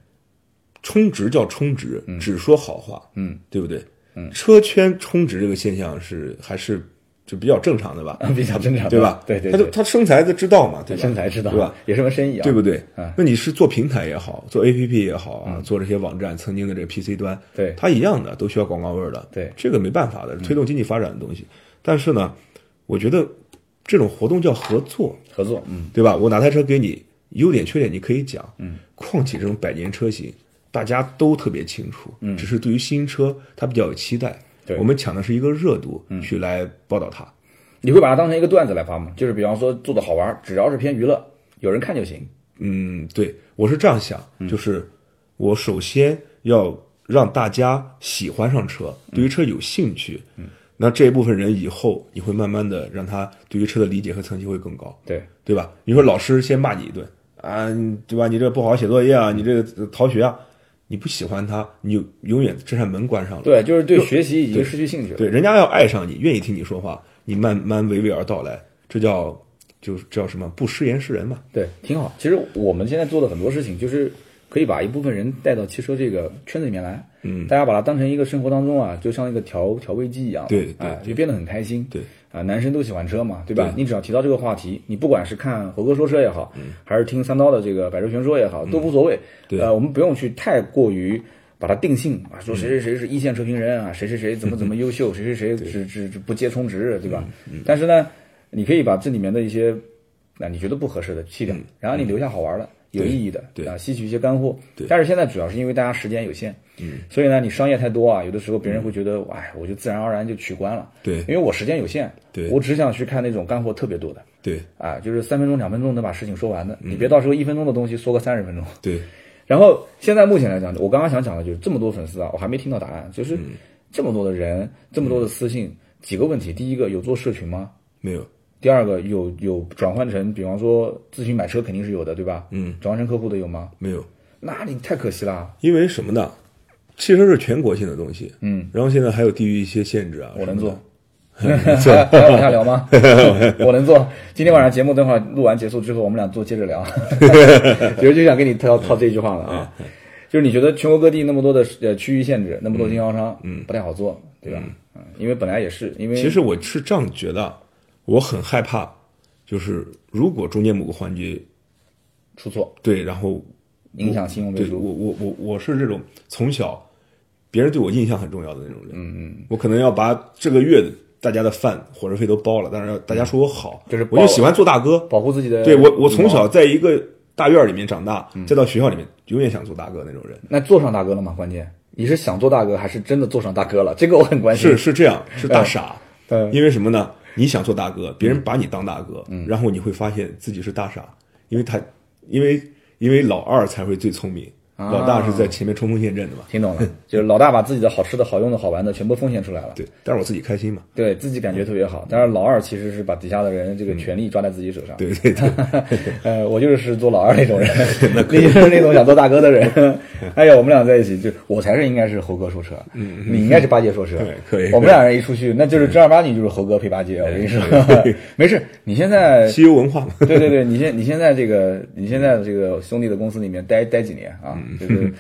Speaker 2: 充值叫充值，
Speaker 1: 嗯
Speaker 2: 只说好话，嗯，对不对？嗯，车圈充值这个现象是还是就比较正常的吧，
Speaker 1: 比较正常的，
Speaker 2: 对吧？
Speaker 1: 嗯对对
Speaker 2: 他
Speaker 1: 对
Speaker 2: 就他生财的知道嘛，对吧？
Speaker 1: 身材知道
Speaker 2: 对吧？
Speaker 1: 也是门生意啊，
Speaker 2: 对不对
Speaker 1: 嗯？
Speaker 2: 那你是做平台也好，做 APP 也好啊，做这些网站，曾经的这个 PC 端，
Speaker 1: 对
Speaker 2: 它一样的都需要广告位儿的，
Speaker 1: 对嗯
Speaker 2: 这个没办法的，推动经济发展的东西。但是呢，我觉得这种活动叫合作，
Speaker 1: 合作，嗯，
Speaker 2: 对吧？我哪台车给你，优点缺点你可以讲，嗯，况且这种百年车型大家都特别清楚，嗯，只是对于新车它比较有期待，
Speaker 1: 对
Speaker 2: 我们抢的是一个热度去来报道它，
Speaker 1: 你会把它当成一个段子来发吗？就是比方说做的好玩儿，只要是偏娱乐，有人看就行。
Speaker 2: 嗯，对，我是这样想，就是我首先要让大家喜欢上车，对于车有兴趣。嗯，那这一部分人以后，你会慢慢的让他对于车的理解和层级会更高，
Speaker 1: 对，
Speaker 2: 对吧？你说老师先骂你一顿啊，你对吧？你这个不好好写作业啊，你这个逃学啊，你不喜欢他，你就永远这扇门关上了。
Speaker 1: 对，就是对学习已经失去兴趣了。
Speaker 2: 对，人家要爱上你，愿意听你说话，你慢慢娓娓而道来，这叫就是这叫什么？不失言是人嘛。
Speaker 1: 对，挺好。其实我们现在做的很多事情，就是可以把一部分人带到汽车这个圈子里面来。嗯，大家把它当成一个生活当中啊，就像一个调调味剂一样。
Speaker 2: 对对
Speaker 1: 啊，就变得很开心。
Speaker 2: 对
Speaker 1: 啊，男生都喜欢车嘛，对吧？你只要提到这个话题，你不管是看猴哥说车也好，还是听三刀的这个百车全说也好，都无所谓。
Speaker 2: 嗯对嗯
Speaker 1: 呃，我们不用去太过于。把它定性啊，说谁谁谁是一线车评人啊，谁谁谁怎么怎么优秀，谁谁谁只只只不接充值，对吧？
Speaker 2: 嗯
Speaker 1: 但是呢，你可以把这里面的一些那你觉得不合适的弃掉，然后你留下好玩的、有意义的，
Speaker 2: 嗯对
Speaker 1: 啊，吸取一些干货。但是现在主要是因为大家时间有限，嗯，所以呢，你商业太多啊，有的时候别人会觉得，哎，我就自然而然就取关了，
Speaker 2: 嗯对
Speaker 1: 因为我时间有限，
Speaker 2: 对
Speaker 1: 我只想去看那种干货特别多的，
Speaker 2: 对
Speaker 1: 啊，就是三分钟、两分钟能把事情说完的，
Speaker 2: 嗯
Speaker 1: 你别到时候一分钟的东西缩个三十分钟。
Speaker 2: 对
Speaker 1: 然后现在目前来讲，我刚刚想讲的就是这么多粉丝啊，我还没听到答案，就是
Speaker 2: 嗯
Speaker 1: 这么多的人，这么多的私信，几个问题，第一个有做社群吗？
Speaker 2: 没有。
Speaker 1: 第二个有有转换成，比方说咨询买车肯定是有的，对吧？嗯，转换成客户的有吗？
Speaker 2: 没有，
Speaker 1: 那你太可惜啦。
Speaker 2: 因为什么呢？汽车是全国性的东西，
Speaker 1: 嗯，
Speaker 2: 然后现在还有地域一些限制啊。
Speaker 1: 我能
Speaker 2: 什么的
Speaker 1: 做，还还要往下聊吗？ 我能做。今天晚上节目等会儿录完结束之后，我们俩做接着 聊。其实就想跟你套套这句话了啊，
Speaker 2: 嗯
Speaker 1: 就是你觉得全国各地那么多的呃区域限制，那么多经销商，嗯，不太好做，对吧？嗯，因为本来也是因为
Speaker 2: 其实我是这样觉得啊，我很害怕，就是如果中间某个环节
Speaker 1: 出错
Speaker 2: 对，然后
Speaker 1: 影响信用背
Speaker 2: 对我
Speaker 1: 书，
Speaker 2: 我我我是这种从小别人对我印象很重要的那种人，嗯嗯，我可能要把这个月大家的饭伙食费都包了，但是要大家说我好，
Speaker 1: 就是包
Speaker 2: 我就
Speaker 1: 了呃嗯
Speaker 2: 喜欢做大哥，
Speaker 1: 保护自己的
Speaker 2: 对我我
Speaker 1: 羽
Speaker 2: 从
Speaker 1: 毛
Speaker 2: 小在一个大院里面长大，
Speaker 1: 嗯
Speaker 2: 再到学校里面，永远想做大哥那种人。
Speaker 1: 那做上大哥了吗？关键你是想做大哥，还是真的做上大哥了？这个我很关心。
Speaker 2: 是是这样，是大傻。
Speaker 1: 嗯
Speaker 2: 因为什么呢？你想做大哥，别人把你当大哥，然后你会发现自己是大傻，因为他，因为因为老二才会最聪明，
Speaker 1: 啊
Speaker 2: 老大是在前面冲锋陷阵的嘛。
Speaker 1: 听 懂了，就是老大把自己的好吃的、好用的、好玩的全部奉献出来了，
Speaker 2: 对，但是我自己开心嘛。
Speaker 1: 对自己感觉特别好。但是老二其实是把底下的人这个权利抓在自己手上。
Speaker 2: 对对对，
Speaker 1: 呃，我就是做老二那 种人，你就是那种想做大哥的人。哎呀，我们俩在一起，就我才是应该是猴哥说车，你应该是八戒说车。
Speaker 2: 嗯 对可以
Speaker 1: 我们俩人一出去，那就是正儿八经就是猴哥配八戒。我跟你说，
Speaker 2: 哎
Speaker 1: 没事，你现在
Speaker 2: 西游文化嘛。
Speaker 1: 对对对，你现你现在这个你现在这个兄弟的公司里面待待几年啊？就是。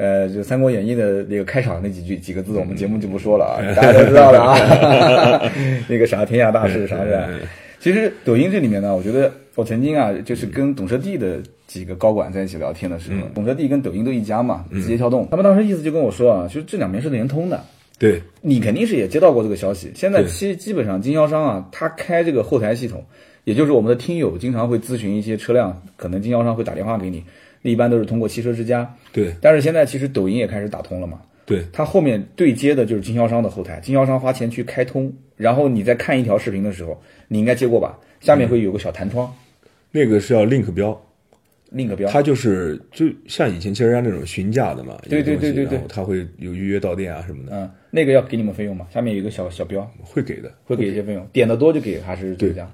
Speaker 1: 呃，就《三国演义》的那个开场那几句几个字，我们节目就不说了啊，大家都知道的啊。那个啥，天下大事啥的。其实抖音这里面呢，我觉得我曾经啊，就是跟懂车帝的几个高管在一起聊天的时候，懂车帝跟抖音都一家嘛，字节跳动，他们当时意思就跟我说啊，就是这两边是连通的，
Speaker 2: 对
Speaker 1: 你肯定是也接到过这个消息。现在
Speaker 2: 对
Speaker 1: 基基本上经销商啊，他开这个后台系统，也就是我们的听友经常会咨询一些车辆，可能经销商会打电话给你，那一般都是通过汽车之家。
Speaker 2: 对
Speaker 1: 但是现在其实抖音也开始打通了嘛，
Speaker 2: 对
Speaker 1: 它后面对接的就是经销商的后台，经销商花钱去开通，然后你在看一条视频的时候，你应该接过吧？下
Speaker 2: 嗯
Speaker 1: 面会有个小弹窗
Speaker 2: 那个是要 link 标，
Speaker 1: ，link 标。
Speaker 2: 它就是就像以前汽车人家那种询价的嘛，
Speaker 1: 对对
Speaker 2: 一个东西
Speaker 1: 对对对
Speaker 2: 然后它会有预约到店啊什么的，
Speaker 1: 嗯，那个要给你们费用吗？下面有一个小小标，
Speaker 2: 会给的，
Speaker 1: 会给一些费用，点的多就给还是怎么样？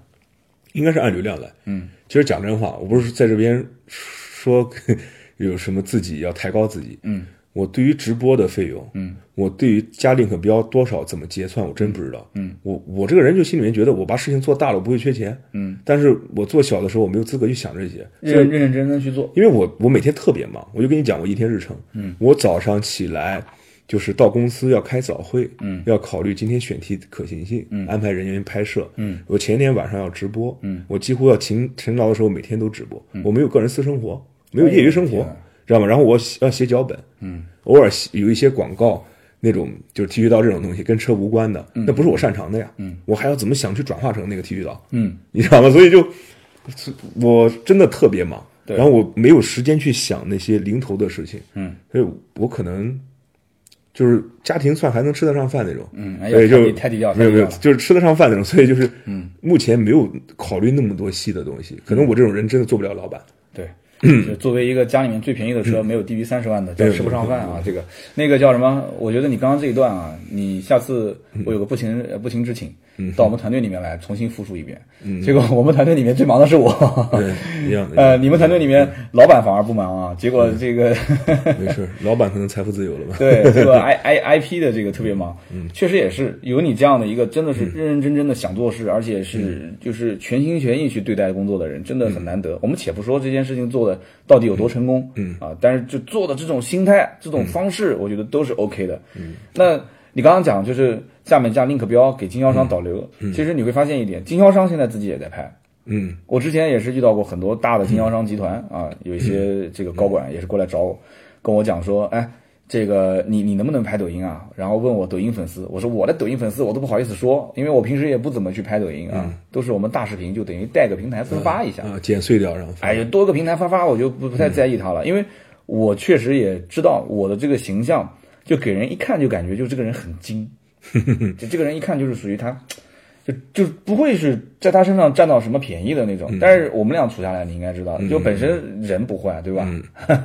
Speaker 2: 应该是按流量来。嗯，其实讲真话，我不是在这边说 有什么自己要抬高自己。嗯，我对于直播的费用，嗯，我对于加 link 标多少怎么结算，我真不知道。嗯，我我这个人就心里面觉得我把事情做大了，我不会缺钱。嗯，但是我做小的时候，我没有资格去想这些。
Speaker 1: 认认认真真去做。
Speaker 2: 因为我我每天特别忙，我就跟你讲我一天日程。嗯，我早上起来就是到公司要开早会，嗯，要考虑今天选题可行性，嗯，安排人员拍摄，嗯，我前天晚上要直播，嗯，我几乎要勤勤劳的时候每天都直播，我没有个人私生活，没有业余生活，知道吗？然后我要写脚本，啊嗯，偶尔写有一些广告那种就是剃须刀这种东西跟车无关的，那不是我擅长的呀，嗯，我还要怎么想去转化成那个剃须刀，
Speaker 1: 嗯，
Speaker 2: 你知道吗？所以就我真的特别忙。然后我没有时间去想那些零头的事情，
Speaker 1: 嗯，
Speaker 2: 所以我可能就是家庭算还能吃得上饭那种，
Speaker 1: 嗯，哎
Speaker 2: 所
Speaker 1: 呀，
Speaker 2: 以就
Speaker 1: 太低调，
Speaker 2: 没有没有
Speaker 1: 太低调了，
Speaker 2: 就是吃得上饭那种，所以就是，嗯，目前没有考虑那么多细的东
Speaker 1: 嗯
Speaker 2: 西，可能我这种人真的做不了 老板，
Speaker 1: 对。
Speaker 2: 嗯
Speaker 1: 就作为一个家里面最便宜的车，没有低于三十万的，叫吃不上饭啊。这个那个叫什么？我觉得你刚刚这一段啊，你下次
Speaker 2: 嗯
Speaker 1: 我有个不情呃不情之请，到我们团队里面来重新复述一遍。结果我们团队里面最忙的是我，
Speaker 2: 嗯对，一样 的，嗯
Speaker 1: 呃，你们团队里面老板反而不忙啊，结果这个
Speaker 2: 没事，老板可能财富自由了吧，
Speaker 1: 对这个 I I I P 的这个特别忙，确实也是有你这样的一个真的是认认真真的想做事，而且是就是全心全意去对待工作的人，真的很难得。我们且不说这件事情做的到底有多成功，嗯啊，但是就做的这种心态、这种方式，我觉得都是 OK 的。那你刚刚讲就是下面加 link 标给经销商导流，其实你会发现一点，经销商现在自己也在拍，
Speaker 2: 嗯
Speaker 1: 我之前也是遇到过很多大的经销商集团啊，有一些这个高管也是过来找我，跟我讲说，哎，这个你你能不能拍抖音啊？然后问我抖音粉丝，我说我的抖音粉丝我都不好意思说，因为我平时也不怎么去拍抖音啊，都是我们大视频就等于带个平台分发一下。
Speaker 2: 啊，剪碎掉然后发
Speaker 1: 哎， 有多个平台发发，我就不
Speaker 2: 嗯
Speaker 1: 不太在意它了，因为我确实也知道我的这个形象，就给人一看就感觉就这个人很 精，就这个人一看就是属于他，就就不会是在他身上占到什么便宜的那种。
Speaker 2: 嗯
Speaker 1: 但是我们俩处下来，你应该知道，就本身人不坏，对
Speaker 2: 嗯
Speaker 1: 吧？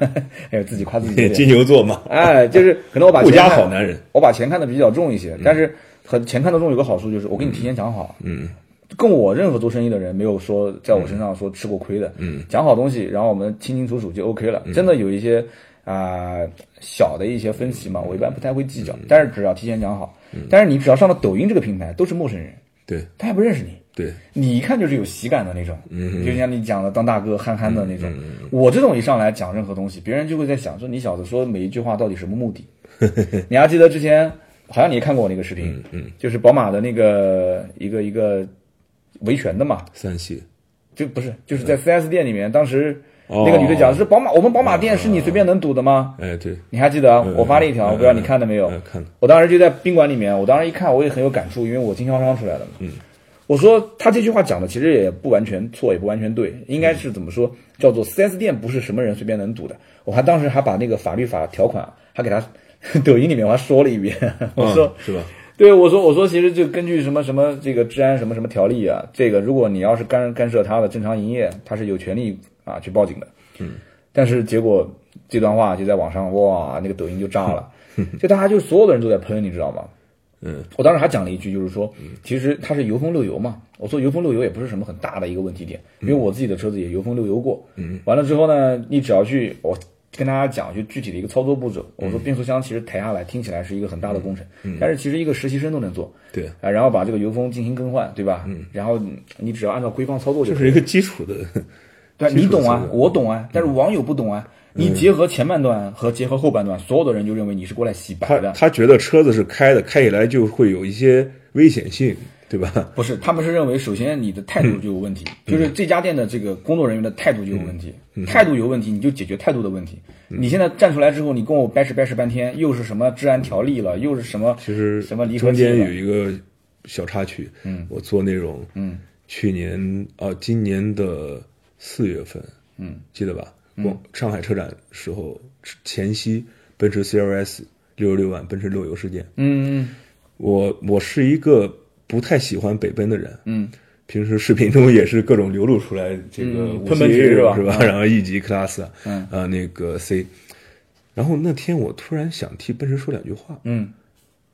Speaker 1: 还有自己夸自己有点，
Speaker 2: 金牛座嘛，
Speaker 1: 哎，就是可能我把
Speaker 2: 顾
Speaker 1: 钱
Speaker 2: 家
Speaker 1: 看
Speaker 2: 好男人，
Speaker 1: 我把钱看得比较重一些，但是和钱看得重有个好处就是我跟你提前讲好，
Speaker 2: 嗯，
Speaker 1: 跟我任何做生意的人没有说在我身上说吃过亏的，嗯，讲好东西，然后我们清清楚楚就 OK 了。真的有一些啊、小的一些分歧嘛，我一般不太会计较，但是只要提前讲好，但是你只要上了抖音这个平台，都是陌生人，
Speaker 2: 对
Speaker 1: 他也不认识你。
Speaker 2: 对，
Speaker 1: 你一看就是有喜感的那种，
Speaker 2: 嗯
Speaker 1: 就像你讲的当大哥憨憨的那种。我这种一上来讲任何东西，别人就会在想说你小子说每一句话到底什么目的？ 你还记得之前好像你也看过我那个视频，
Speaker 2: 嗯
Speaker 1: 就是宝马的那个一个一个维权的嘛，
Speaker 2: 三系，
Speaker 1: 就不是就是在 4S 店里面，当时
Speaker 2: 嗯哦
Speaker 1: 那个女的讲是宝马，我们宝马店是你随便能堵的吗？
Speaker 2: 哎对，
Speaker 1: 你还记得啊我发了一条，
Speaker 2: 嗯
Speaker 1: 我不知道你看到没有
Speaker 2: 嗯嗯？看了，
Speaker 1: 我当时就在宾馆里面，我当时一看我也很有感触，因为我经销商出来的嘛。嗯，我说他这句话讲的其实也不完全错，也不完全对，应
Speaker 2: 嗯
Speaker 1: 该是怎么说？叫做 4S 店不是什么人随便能堵的。我还当时还把那个法律法条款啊还给他 抖音里面我还说了一遍，我说
Speaker 2: 嗯是吧？
Speaker 1: 对，我说我说，其实就根据什么什么这个治安什么什么条例啊，这个如果你要是干干涉他的正常营业，他是有权利啊去报警的。嗯，但是结果这段话就在网上哇，那个抖音就炸了，就大家就所有的人都在喷，你知道吗？
Speaker 2: 嗯，
Speaker 1: 我当时还讲了一句，就是说，其实它是油封漏油嘛。我说油封漏油也不是什么很大的一个问题点，因为我自己的车子也油封漏油过。嗯，完了之后呢，你只要去我跟大家讲就具体的一个操作步骤。我说变速箱其实抬下来听起来是一个很大的工程，但是其实一个实习生都能做。
Speaker 2: 对
Speaker 1: 啊，然后把这个油封进行更换，对吧？嗯，然后你你只要按照规范操作就
Speaker 2: 这
Speaker 1: 可以
Speaker 2: 是一个基础的，
Speaker 1: 对啊，你懂
Speaker 2: 基础
Speaker 1: 啊
Speaker 2: 思，想
Speaker 1: 我懂啊，但是网友不懂啊。你结合前半段和结合后半段，所有的人就认为你是过来洗白
Speaker 2: 他
Speaker 1: 的。
Speaker 2: 他觉得车子是开的，开起来就会有一些危险性，对吧？
Speaker 1: 不是，他们是认为首先你的态
Speaker 2: 嗯
Speaker 1: 度就有问题，就是这家店的这个工作人员的态度就有问题，
Speaker 2: 嗯
Speaker 1: 态度有问题你就解决态度的问题。你现在站出来之后，你跟我掰扯掰扯半天，又是什么治安条例了，又是什么
Speaker 2: 其实
Speaker 1: 什么离合
Speaker 2: 中
Speaker 1: 器
Speaker 2: 间
Speaker 1: 了
Speaker 2: 有，一个小插曲，嗯，我做那种，嗯，去年啊、呃今年的四月份，嗯，记得吧？我上海车展时候前夕，奔驰 CLS 六十六万，奔驰漏油事件，
Speaker 1: 嗯嗯
Speaker 2: 我我是一个不太喜欢北奔的人，嗯，平时视频中也是各种流露出来这个
Speaker 1: 嗯
Speaker 2: 五
Speaker 1: 喷
Speaker 2: 系
Speaker 1: 喷局是吧
Speaker 2: 是吧？然后 E 级 Class，
Speaker 1: 嗯，
Speaker 2: 呃，那个 C，然后那天我突然想替奔驰说两句话，
Speaker 1: 嗯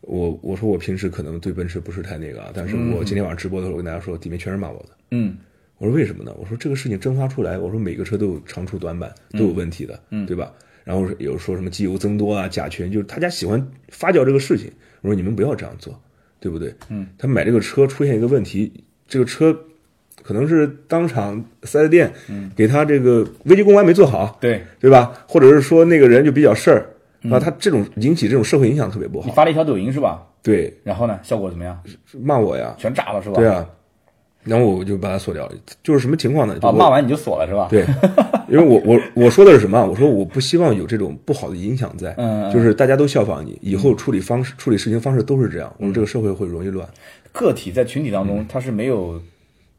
Speaker 2: 我我说我平时可能对奔驰不是太那个啊，但是我今天晚上直播的时候，我跟大家说，底面全是骂我的。
Speaker 1: 嗯
Speaker 2: 我说为什么呢？我说这个事情蒸发出来，我说每个车都有长处短板，都
Speaker 1: 嗯
Speaker 2: 有问题的，对吧？然后有说什么机油增多啊、甲醛，就是大家喜欢发酵这个事情。我说你们不要这样做，对不对？嗯，他买这个车出现一个问题，这个车可能是当场四 S 店给他这个危机公关没做好，
Speaker 1: 嗯对，嗯
Speaker 2: 对吧？或者是说那个人就比较事儿，那他这种引起这种社会影响特别不
Speaker 1: 你
Speaker 2: 好。
Speaker 1: 发了一条抖音是吧？
Speaker 2: 对，
Speaker 1: 然后呢，效果怎么样？
Speaker 2: 骂我呀，
Speaker 1: 全炸了是吧？
Speaker 2: 对啊，然后我就把他锁掉了。就是什么情况呢？就
Speaker 1: 啊，
Speaker 2: 我
Speaker 1: 骂完你就锁了是吧？
Speaker 2: 对，因为我我我说的是什么啊？我说我不希望有这种不好的影响在，
Speaker 1: 嗯
Speaker 2: 就是大家都效仿你，以后处理方式、处理事情方式都是这样，我们这个社会会容易乱。
Speaker 1: 个体在群体当
Speaker 2: 嗯
Speaker 1: 中，他是没有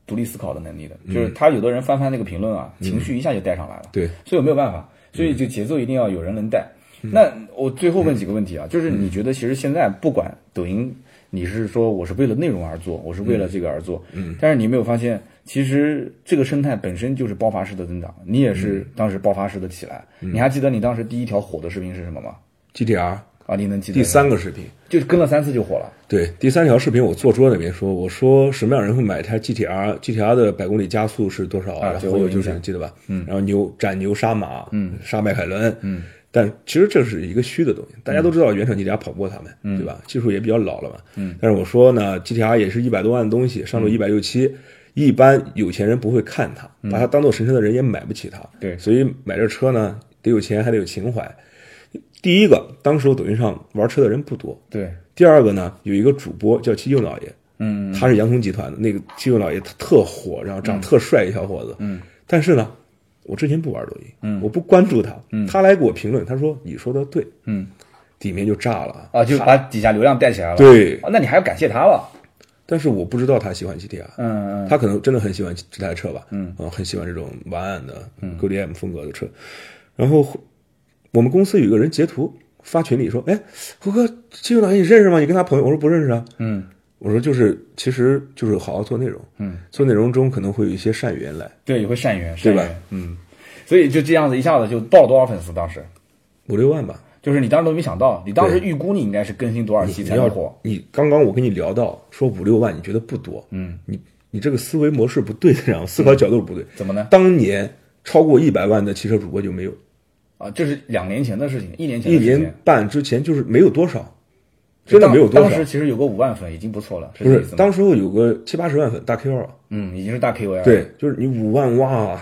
Speaker 1: 独立思考的能力的，就是他有的人翻翻那个评论啊，
Speaker 2: 嗯
Speaker 1: 情绪一下就带上来了。
Speaker 2: 对，
Speaker 1: 所以我没有办法，所以就节奏一定要有人能带。那我最后问几个问题啊，就是你觉得其实现在不管抖音，你是说我是为了内容而做，我是为了这个而做，嗯，但是你有没有发现，其实这个生态本身就是爆发式的增长，你也是当时爆发式的起来。你还记得你当时第一条火的视频是什么吗？
Speaker 2: GTR
Speaker 1: 啊，你能记得？
Speaker 2: 第，三个视频，
Speaker 1: 就跟了三次就火了。
Speaker 2: 对，第三条视频我坐桌那边说，我说什么样人会买一台 GTR？GTR 的百公里加速是多少？
Speaker 1: 啊
Speaker 2: 然
Speaker 1: 对我
Speaker 2: 后
Speaker 1: 有
Speaker 2: 就
Speaker 1: 印
Speaker 2: 是
Speaker 1: 象
Speaker 2: 记得吧？嗯，然后牛斩牛杀马，嗯，杀迈凯伦，嗯。但其实这是一个虚的东西，大家都知道原厂 GTR 跑不过他们，对吧？技术也比较老了嘛。嗯。但是我说呢，GTR 也是一百多万的东西，上路一百六七，一般有钱人不会看它，把它当做神车的人也买不起它。
Speaker 1: 对
Speaker 2: 所以买这车呢，得有钱还得有情怀。第一个，当时我抖音上玩车的人不多，
Speaker 1: 对，
Speaker 2: 第二个呢，有一个主播叫七舅老爷，嗯，他是洋葱集团的那个七舅老爷，他特火，然后长得特帅一小伙子，嗯，但是呢，我之前不玩抖音，嗯，我不关注他，嗯，他来给我评论，他说你说的对，
Speaker 1: 嗯，
Speaker 2: 底面就炸了，
Speaker 1: 啊，就把底下流量带起来了。
Speaker 2: 对，
Speaker 1: 啊，那你还要感谢他了。
Speaker 2: 但是我不知道他喜欢啊 GTR，
Speaker 1: 嗯嗯
Speaker 2: 他可能真的很喜欢这台车吧，嗯，啊，很喜欢这种晚安的
Speaker 1: 嗯
Speaker 2: GDM 风格的车。然后我们公司有一个人截图发群里说：“哎，胡哥，这个导演你认识吗？你跟他朋友？”我说：“不认识啊。”
Speaker 1: 嗯，
Speaker 2: 我说：“就是，其实就是好好做内容，嗯，做内容中可能会有一些善缘来，
Speaker 1: 对，也会善缘，
Speaker 2: 对吧
Speaker 1: 善缘？嗯，所以就这样子一下子就爆了多少粉丝？当时
Speaker 2: 五六万吧。
Speaker 1: 就是你当时都没想到，你当时预估你应该是更新多少期
Speaker 2: 你
Speaker 1: 才能
Speaker 2: 要
Speaker 1: 火？
Speaker 2: 你刚刚我跟你聊到说五六万，你觉得不多，嗯，你你这个思维模式不对，然后思考角度不对，
Speaker 1: 嗯怎么呢？
Speaker 2: 当年超过一百万的汽车主播就没有，
Speaker 1: 啊，这是两年前的事情，一年前
Speaker 2: 一
Speaker 1: 的事情
Speaker 2: 年，半之前就是没有多少，真的没有多
Speaker 1: 当
Speaker 2: 少
Speaker 1: 当时。其实有个五万粉已经不错了，是
Speaker 2: 不
Speaker 1: 这
Speaker 2: 是
Speaker 1: 意思，吗？
Speaker 2: 当时候有个七八十万粉大 Q 啊，
Speaker 1: 嗯，已经是大 KOL，，
Speaker 2: 对，就是你五万哇，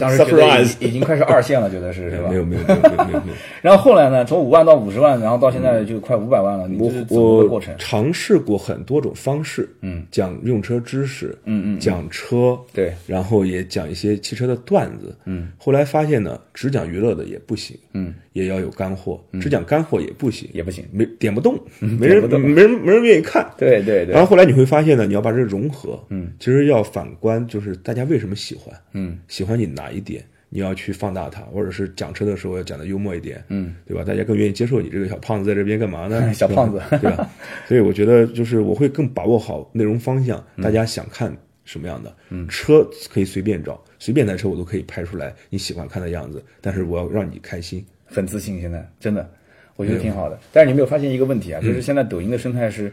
Speaker 1: 当时觉得
Speaker 2: Surprise
Speaker 1: 已已经快是二线了，觉得 是是吧
Speaker 2: 没？有没有没有没有没有没有，
Speaker 1: 然后后来呢，从五万到五十万，然后到现在就快五百万了，你这是怎么个过
Speaker 2: 我
Speaker 1: 程？
Speaker 2: 尝试过很多种方式，嗯，讲用车知识，嗯嗯，讲车，
Speaker 1: 对，
Speaker 2: 然后也讲一些汽车的段子，嗯，后来发现呢，只讲娱乐的也不行，嗯，也要有干货，只讲干货也不行，
Speaker 1: 也不行，
Speaker 2: 没点不动，没人
Speaker 1: 嗯点不动
Speaker 2: 没人没人愿意看，
Speaker 1: 对对对
Speaker 2: 然，后后来你会发现呢，你要把这融合，嗯，其实要反观就是大家为什么喜欢，嗯，喜欢你哪一点，你要去放大它，或者是讲车的时候要讲的幽默一点，嗯，对吧？大家更愿意接受你这个小胖子在这边干嘛呢？
Speaker 1: 哎小胖子
Speaker 2: 对吧对 吧？所以我觉得就是我会更把握好内容方向，
Speaker 1: 嗯
Speaker 2: 大家想看什么样的，嗯，车可以随便找，随便台车我都可以拍出来你喜欢看的样子，但是我要让你开心，
Speaker 1: 很自信，现在真的，我觉得挺好的。但是你有没有发现一个问题啊，就是现在抖音的生态是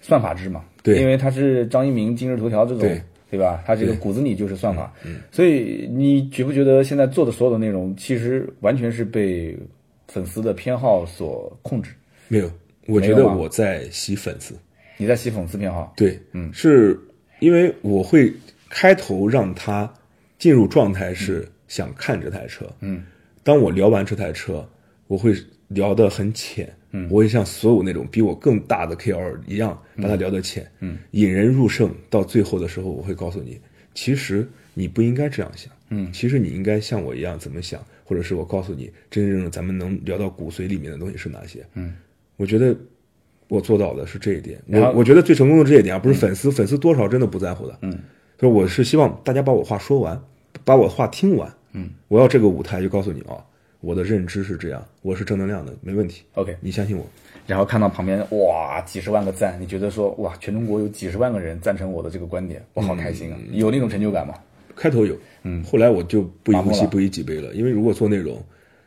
Speaker 1: 算法制嘛，
Speaker 2: 嗯对
Speaker 1: 因为它是张一鸣、今日头条这种，
Speaker 2: 对嗯
Speaker 1: 对吧？它这个骨子里就是算法，所以你觉不觉得现在做的所有的内容，其实完全是被粉丝的偏好所控制？
Speaker 2: 没有，我觉
Speaker 1: 没
Speaker 2: 得
Speaker 1: 有吗
Speaker 2: 我在吸粉丝，
Speaker 1: 你在吸粉丝偏好，
Speaker 2: 对，嗯，是因为我会开头让他进入状态是想看这台车，嗯，当我聊完这台车，我会聊得很浅，嗯，我会像所有那种比我更大的 KOL 一样，把它聊得浅，嗯，引人入胜，到最后的时候，我会告诉你，其实你不应该这样想，嗯，其实你应该像我一样怎么想，或者是我告诉你，真正咱们能聊到骨髓里面的东西是哪些，嗯，我觉得我做到的是这一点。
Speaker 1: 然
Speaker 2: 我
Speaker 1: 后
Speaker 2: 我觉得最成功的这一点啊，不是粉丝，粉丝多少真的不在乎的。嗯，所以我是希望大家把我话说完，把我话听完。嗯，我要这个舞台就告诉你啊，我的认知是这样，我是正能量的，没问题。
Speaker 1: OK
Speaker 2: 你相信我。
Speaker 1: 然后看到旁边哇几十万个赞，你觉得说哇全中国有几十万个人赞成我的这个观点，我好开心啊！
Speaker 2: 嗯
Speaker 1: 有那种成就感吗？
Speaker 2: 开头有，嗯，后来我就不以
Speaker 1: 麻木
Speaker 2: 物喜
Speaker 1: 了
Speaker 2: 不以己悲了，因为如果做内容，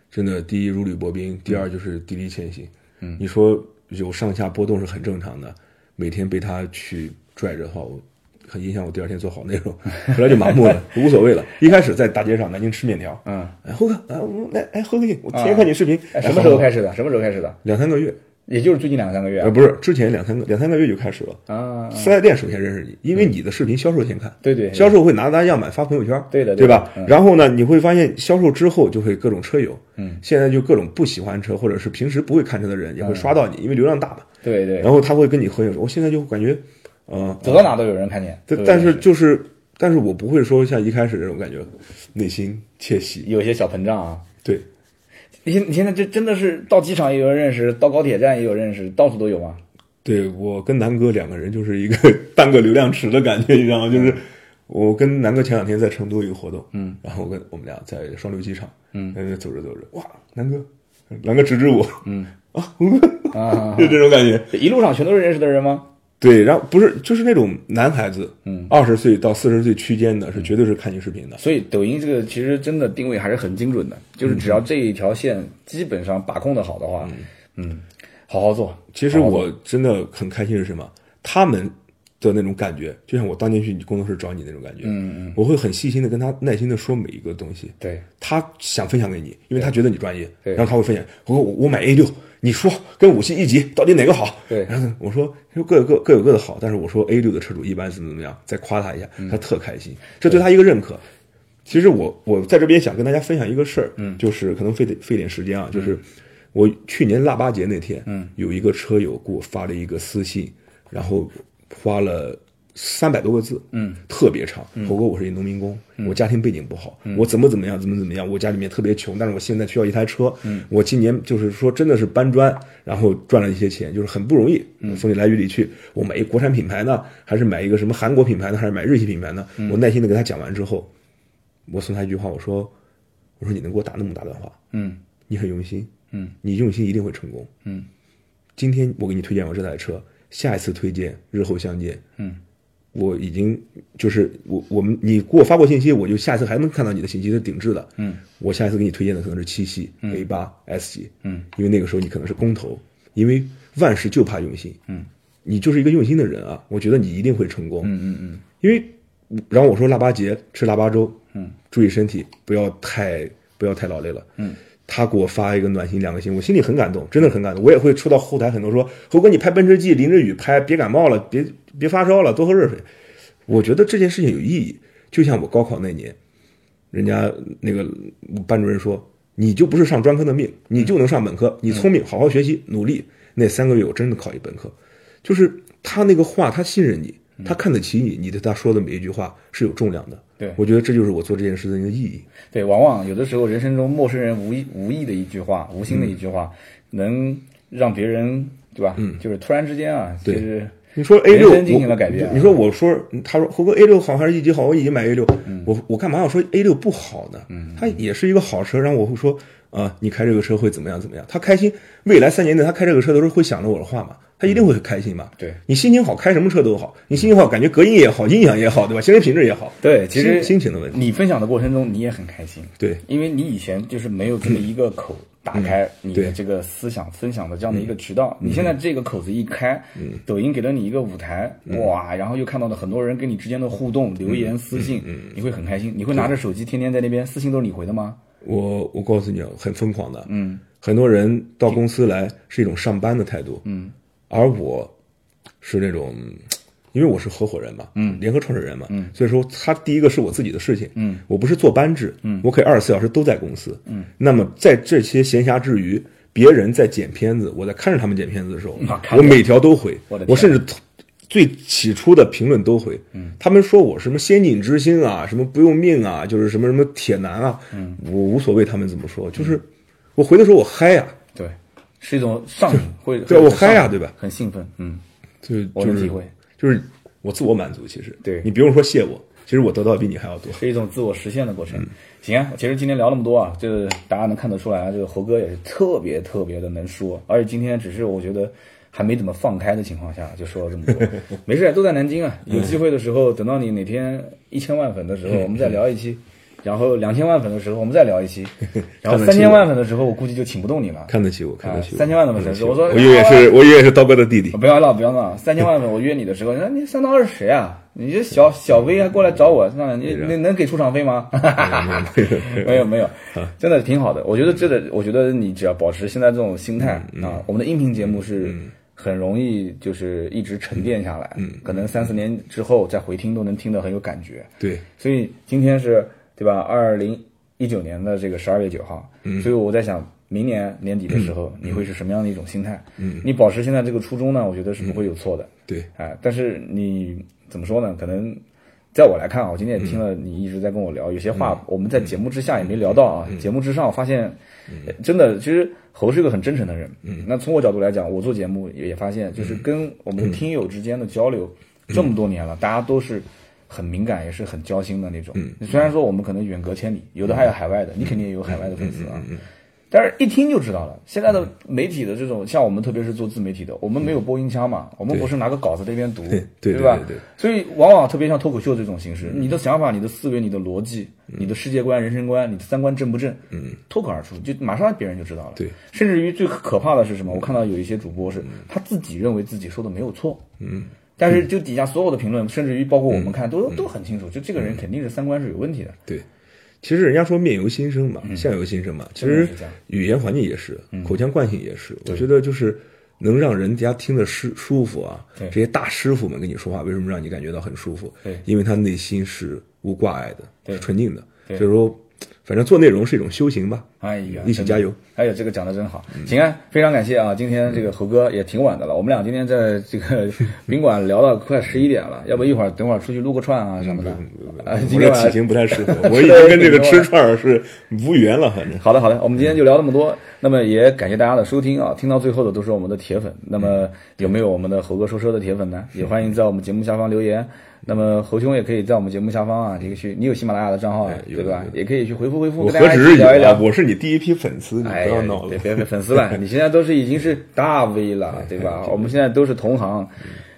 Speaker 2: 真的第一如履薄
Speaker 1: 嗯
Speaker 2: 冰，第二就是砥砺前行。嗯，你说有上下波动是很正常的，每天被他去拽着的话，我很影响我第二天做好内容， 后来就麻木 了，无所谓了。一开始在大街上南京吃面条，哎嗯，哎，猴哥，哎，我来，哎，猴哥，我天天看你视频，
Speaker 1: 哎，
Speaker 2: 哎
Speaker 1: 什么时候
Speaker 2: 好好
Speaker 1: 开始的？什么时候开始的？
Speaker 2: 两三个月，
Speaker 1: 也就是最近两三个月
Speaker 2: 呃，
Speaker 1: 啊
Speaker 2: 不是，之前两三个两三个月就开始了。
Speaker 1: 啊，
Speaker 2: 四 S 店首先认识你，因为你的视频销售先看，
Speaker 1: 对对
Speaker 2: 销售会拿单样板发朋友圈，
Speaker 1: 对的
Speaker 2: 对
Speaker 1: 对的嗯
Speaker 2: 吧？然后呢，你会发现销售之后就会各种车友，嗯，现在就各种不喜欢车或者是平时不会看车的人也会刷到你，因为流量大嘛。
Speaker 1: 对嗯对，
Speaker 2: 然后他会跟你合影，我现在就感觉，嗯，
Speaker 1: 走到哪都有人看见。对
Speaker 2: 但
Speaker 1: 不对
Speaker 2: 但是就是，但是我不会说像一开始这种感觉，内心窃喜，
Speaker 1: 有一些小膨胀啊，
Speaker 2: 对，
Speaker 1: 你现你现在这真的是到机场也有人认识，到高铁站也有认识，到处都有吗？
Speaker 2: 对我跟南哥两个人就是一个 半个流量池的感觉，你知道吗？就是我跟南哥前两天在成都有一个活动，嗯，然后我跟我们俩在双流机场，嗯，在那走着走着，哇，南哥，南哥指指我，嗯啊，
Speaker 1: 啊，
Speaker 2: 就这种感觉。
Speaker 1: 一路上全都是认识的人吗？
Speaker 2: 对，然后不是就是那种男孩子，嗯，二十岁到四十岁区间的，是绝对是看你视频的。
Speaker 1: 所以抖音这个其实真的定位还是很精准的，就是只要这一条线基本上把控的好的话，嗯，好好做。
Speaker 2: 其实我真的很开心是什么？他们的那种感觉，就像我当年去你工作室找你那种感觉，嗯嗯，我会很细心的跟他耐心的说每一个东西，
Speaker 1: 对，
Speaker 2: 他想分享给你，因为他觉得你专业，
Speaker 1: 对
Speaker 2: 然后他会分享。我说我我买 A 六，你说跟五系一级到底哪个好？
Speaker 1: 对
Speaker 2: 然后我说说各有各各有各的好，但是我说 A 六的车主一般怎么怎么样，再夸他一下，他特开心，这对他一个认可。其实我我在这边想跟大家分享一个事儿，嗯，就是可能费点费点时间啊，就是我去年腊八节那天，嗯，有一个车友给我发了一个私信，然后花了。三百多个字，嗯，嗯特别长。火锅，我是一农民工，我家庭背景不好，我怎么怎么样，怎么怎么样，我家里面特别穷，但是我现在需要一台车，嗯，我今年就是说真的是搬砖，然后赚了一些钱，就是很不容易，风里来雨里去。我买一国产品牌呢，还是买一个什么韩国品牌呢，还是买日系品牌呢？我耐心的给他讲完之后，我送他一句话，我说，我说你能给我打那么大段话，
Speaker 1: 嗯
Speaker 2: 你很用心，
Speaker 1: 嗯，
Speaker 2: 你用心一定会成功，
Speaker 1: 嗯。
Speaker 2: 今天我给你推荐我这台车，下一次推荐，日后相见，
Speaker 1: 嗯，
Speaker 2: 我已经就是我我们你给我发过信息，我就下一次还能看到你的信息是顶置的，嗯，我下一次给你推荐的可能是七系、A 八、S 级，
Speaker 1: 嗯，
Speaker 2: 因为那个时候你可能是公投，因为万事就怕用心，嗯，你就是一个用心的人啊，我觉得你一定会成功，嗯嗯嗯，因为然后我说腊八节吃腊八粥，嗯，注意身体，不要太不要太劳累了，嗯。他给我发一个暖心两个心，我心里很感动，真的很感动。我也会收到后台很多说，猴哥你拍奔驰 G 淋着雨拍，别感冒了，别别发烧了，多喝热水。我觉得这件事情有意义。就像我高考那年，人家那个班主任说，你就不是上专科的命，你就能上本科，你聪明，好好学习，努力。那三个月我真的考一本科，就是他那个话，他信任你，
Speaker 1: 嗯
Speaker 2: 他看得起你，你对他说的每一句话是有重量的。
Speaker 1: 对嗯
Speaker 2: 我觉得这就是我做这件事情的意义。
Speaker 1: 对，往往有的时候人生中陌生人无意无意的一句话，无心的一句话，能让别人对吧？嗯，就是突然之间啊，就是
Speaker 2: 你说 A
Speaker 1: 人
Speaker 2: 六
Speaker 1: 生进行了改变啊
Speaker 2: 你说我说，他说猴哥 A 六好还是一级好？我已经买 A 六、
Speaker 1: 嗯
Speaker 2: 我我干嘛要说 A 六不好呢？它也是一个好车，然后我会说啊、你开这个车会怎么样怎么样？他开心，未来三年内他开这个车的时候会想着我的话嘛？他一定会开心嘛？
Speaker 1: 对
Speaker 2: 你心情好，开什么车都好，你心情好，感觉隔音也好，音响也好，对吧？行为品质也好，
Speaker 1: 对，其实
Speaker 2: 心心情的问题，
Speaker 1: 你分享的过程中，你也很开心，
Speaker 2: 对
Speaker 1: 因为你以前就是没有这么一个
Speaker 2: 嗯
Speaker 1: 口打开你的这个思想分享的这样的一个
Speaker 2: 嗯
Speaker 1: 渠道，你现在这个口子一开，抖音给了你一个舞台，
Speaker 2: 嗯
Speaker 1: 哇，然后又看到了很多人跟你之间的互动、留言、私信，
Speaker 2: 嗯
Speaker 1: 你会很开心。你会拿着手机天天在那边私信都是你回的吗？
Speaker 2: 我我告诉你啊，很疯狂的，嗯，很多人到公司来是一种上班的态度，嗯，而我是那种，因为我是合伙人嘛，嗯，联合创始人嘛，嗯，所以说他第一个是我自己的事情，嗯，我不是坐班制，嗯，我可以二十四小时都在公司，嗯，那么在这些闲暇之余，别人在剪片子，我在看着他们剪片子的时候
Speaker 1: 啊，看着
Speaker 2: 我每条都回，
Speaker 1: 我的天
Speaker 2: 我甚至最起初的评论都回，
Speaker 1: 嗯
Speaker 2: 他们说我什么先进之星啊，什么不用命啊，就是什么什么铁男啊，
Speaker 1: 嗯
Speaker 2: 我无所谓他们怎么说，就是我回的时候我嗨啊呀、
Speaker 1: 对，是一种上瘾，会
Speaker 2: 对
Speaker 1: 会
Speaker 2: 我
Speaker 1: 很上
Speaker 2: 嗨呀
Speaker 1: 瘾
Speaker 2: 对吧
Speaker 1: 很兴奋，嗯，
Speaker 2: 就
Speaker 1: 我
Speaker 2: 就
Speaker 1: 能体
Speaker 2: 是
Speaker 1: 会，
Speaker 2: 就是我自我满足，其实
Speaker 1: 对
Speaker 2: 你不用说谢我，其实我得到的比你还要多，
Speaker 1: 是一种自我实现的过
Speaker 2: 嗯
Speaker 1: 程。行啊，其实今天聊那么多啊，这大家能看得出来啊，这个猴哥也是特别特别的能说，而且今天只是我觉得还没怎么放开的情况下就说了这么 多，没
Speaker 2: 嗯
Speaker 1: 事，都在南京啊，有机会的时候，等到你哪天一千万粉的时候，我们再聊一期。然后两千万粉的时候我们再聊 一期，然后三千万粉的时候我估计就请不动你了。啊
Speaker 2: 看得起我，看得起我。
Speaker 1: 三千万的粉丝，我说哎
Speaker 2: 我永远是，我永远是刀哥的弟弟。
Speaker 1: 不要闹，不要闹！三千万粉我约你的时候，你说你三刀二是谁啊？你这小小 V 还过来找我，那你能能给出场费吗？
Speaker 2: 嗯
Speaker 1: 没有没有，真的挺好的。我觉得这个，我觉得你只要保持现在这种心态啊，我们的音频节目是很容易就是一直沉淀下来，可能三四年之后再回听都能听得很有感觉。
Speaker 2: 对，
Speaker 1: 所以今天是对吧？二零一九年的这个十二月九号，所以我在想。明年年底的时候，你会是什么样的一种心态？嗯，你保持现在这个初衷呢，我觉得是不会有错的。
Speaker 2: 对，
Speaker 1: 啊，但是你怎么说呢？可能在我来看啊，我今天也听了你一直在跟我聊，有些话我们在节目之下也没聊到啊。节目之上，我发现哎真的，其实侯是一个很真诚的人。嗯，那从我角度来讲，我做节目也发现，就是跟我们听友之间的交流，这么多年了，大家都是。很敏感，也是很交心的那种。虽然说我们可能远隔千里，有的还有海外的，你肯定也有海外的粉丝啊。但是，一听就知道了。现在的媒体的这种，像我们，特别是做自媒体的，我们没有播音腔嘛，我们不是拿个稿子这边读，
Speaker 2: 嗯对嗯
Speaker 1: 吧？所以，往往特别像脱口秀这种形式，你的想法、你的思维、你的逻辑、你的世界观、人生观、你的三观正不正，嗯，脱口而出，就马上别人就知道了。
Speaker 2: 对，嗯
Speaker 1: 甚至于最可怕的是什么？我看到有一些主播是他自己认为自己说的没有错，
Speaker 2: 嗯，
Speaker 1: 但是就底下所有的评论，甚至于包括我们看，都都很清楚，就这个人
Speaker 2: 嗯
Speaker 1: 肯定是三观是有问题的。
Speaker 2: 对。其实人家说面由心生
Speaker 1: 嗯
Speaker 2: 嘛，相由心生嘛。其实语言环境也是，口腔惯性也是。我觉得就是能让人家听着舒舒服啊。这些大师傅们跟你说话，为什么让你感觉到很舒服？
Speaker 1: 对，
Speaker 2: 因为他内心是无挂碍的，是纯净的。
Speaker 1: 对
Speaker 2: 所以说，反正做内容是一种修行吧。
Speaker 1: 哎呀，
Speaker 2: 一起加油！
Speaker 1: 哎呀，这个讲的真好，行啊，非常感谢啊！今天这个猴哥也挺晚的了，我们俩今天在这个宾馆聊到快十一点了，要不一会儿等会儿出去撸个串啊什么的。啊，今天
Speaker 2: 我这
Speaker 1: 晚
Speaker 2: 体
Speaker 1: 上
Speaker 2: 型不太适合， 我已经跟这个吃串儿是无缘了，反正。
Speaker 1: 好的，好的，我们今天就聊这么多。那么也感谢大家的收听啊，听到最后的都是我们的铁粉。那么有没有我们的猴哥说车的铁粉呢？也欢迎在我们节目下方留言。那么侯兄也可以在我们节目下方啊，这个去，你有喜马拉雅的账号啊，
Speaker 2: 有
Speaker 1: 对吧
Speaker 2: 有？
Speaker 1: 也可以去回复回复，
Speaker 2: 我
Speaker 1: 跟大家
Speaker 2: 何
Speaker 1: 一
Speaker 2: 止
Speaker 1: 起
Speaker 2: 是
Speaker 1: 聊一
Speaker 2: 有
Speaker 1: 聊
Speaker 2: 啊，。我是你第一批粉丝，你不
Speaker 1: 哎
Speaker 2: 要
Speaker 1: 呀
Speaker 2: 闹，了
Speaker 1: 别。别别粉丝了，你现在都是已经是大 V 了，对 吧？我们现在都是同行，